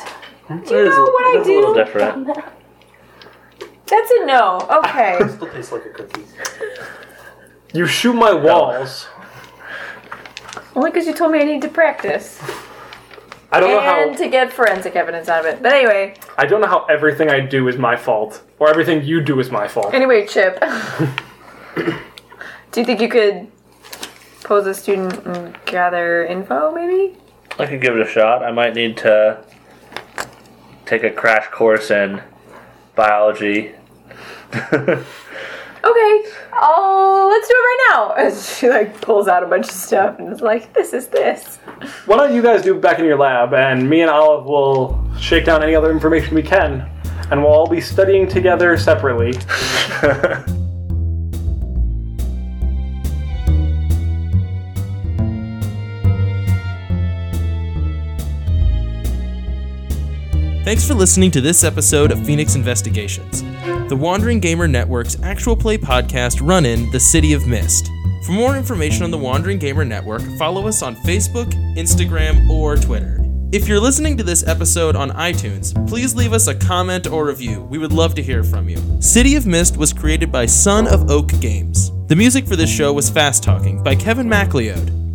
C: Do you
E: know what I
C: A little
E: do?
C: different.
E: That's a no. Okay.
A: Still tastes like a cookie.
D: You shoot my walls.
E: Only because you told me I need to practice
D: I don't know how.
E: and to get forensic evidence out of it. But anyway,
D: I don't know how everything I do is my fault, or everything you do is my fault.
E: anyway, Chip. do you think you could pose a student and gather info? Maybe.
C: I could give it a shot. I might need to take a crash course in biology.
E: Okay. Oh, let's do it right now. And she like pulls out a bunch of stuff and is like, "This is this."
D: Why don't you guys do back in your lab, and me and Olive will shake down any other information we can, and we'll all be studying together separately.
F: Thanks for listening to this episode of Phoenix Investigations, the Wandering Gamer Network's actual play podcast run in The City of Mist. For more information on the Wandering Gamer Network, follow us on Facebook, Instagram, or Twitter. If you're listening to this episode on iTunes, please leave us a comment or review. We would love to hear from you. City of Mist was created by Son of Oak Games. The music for this show was Fast Talking by Kevin MacLeod.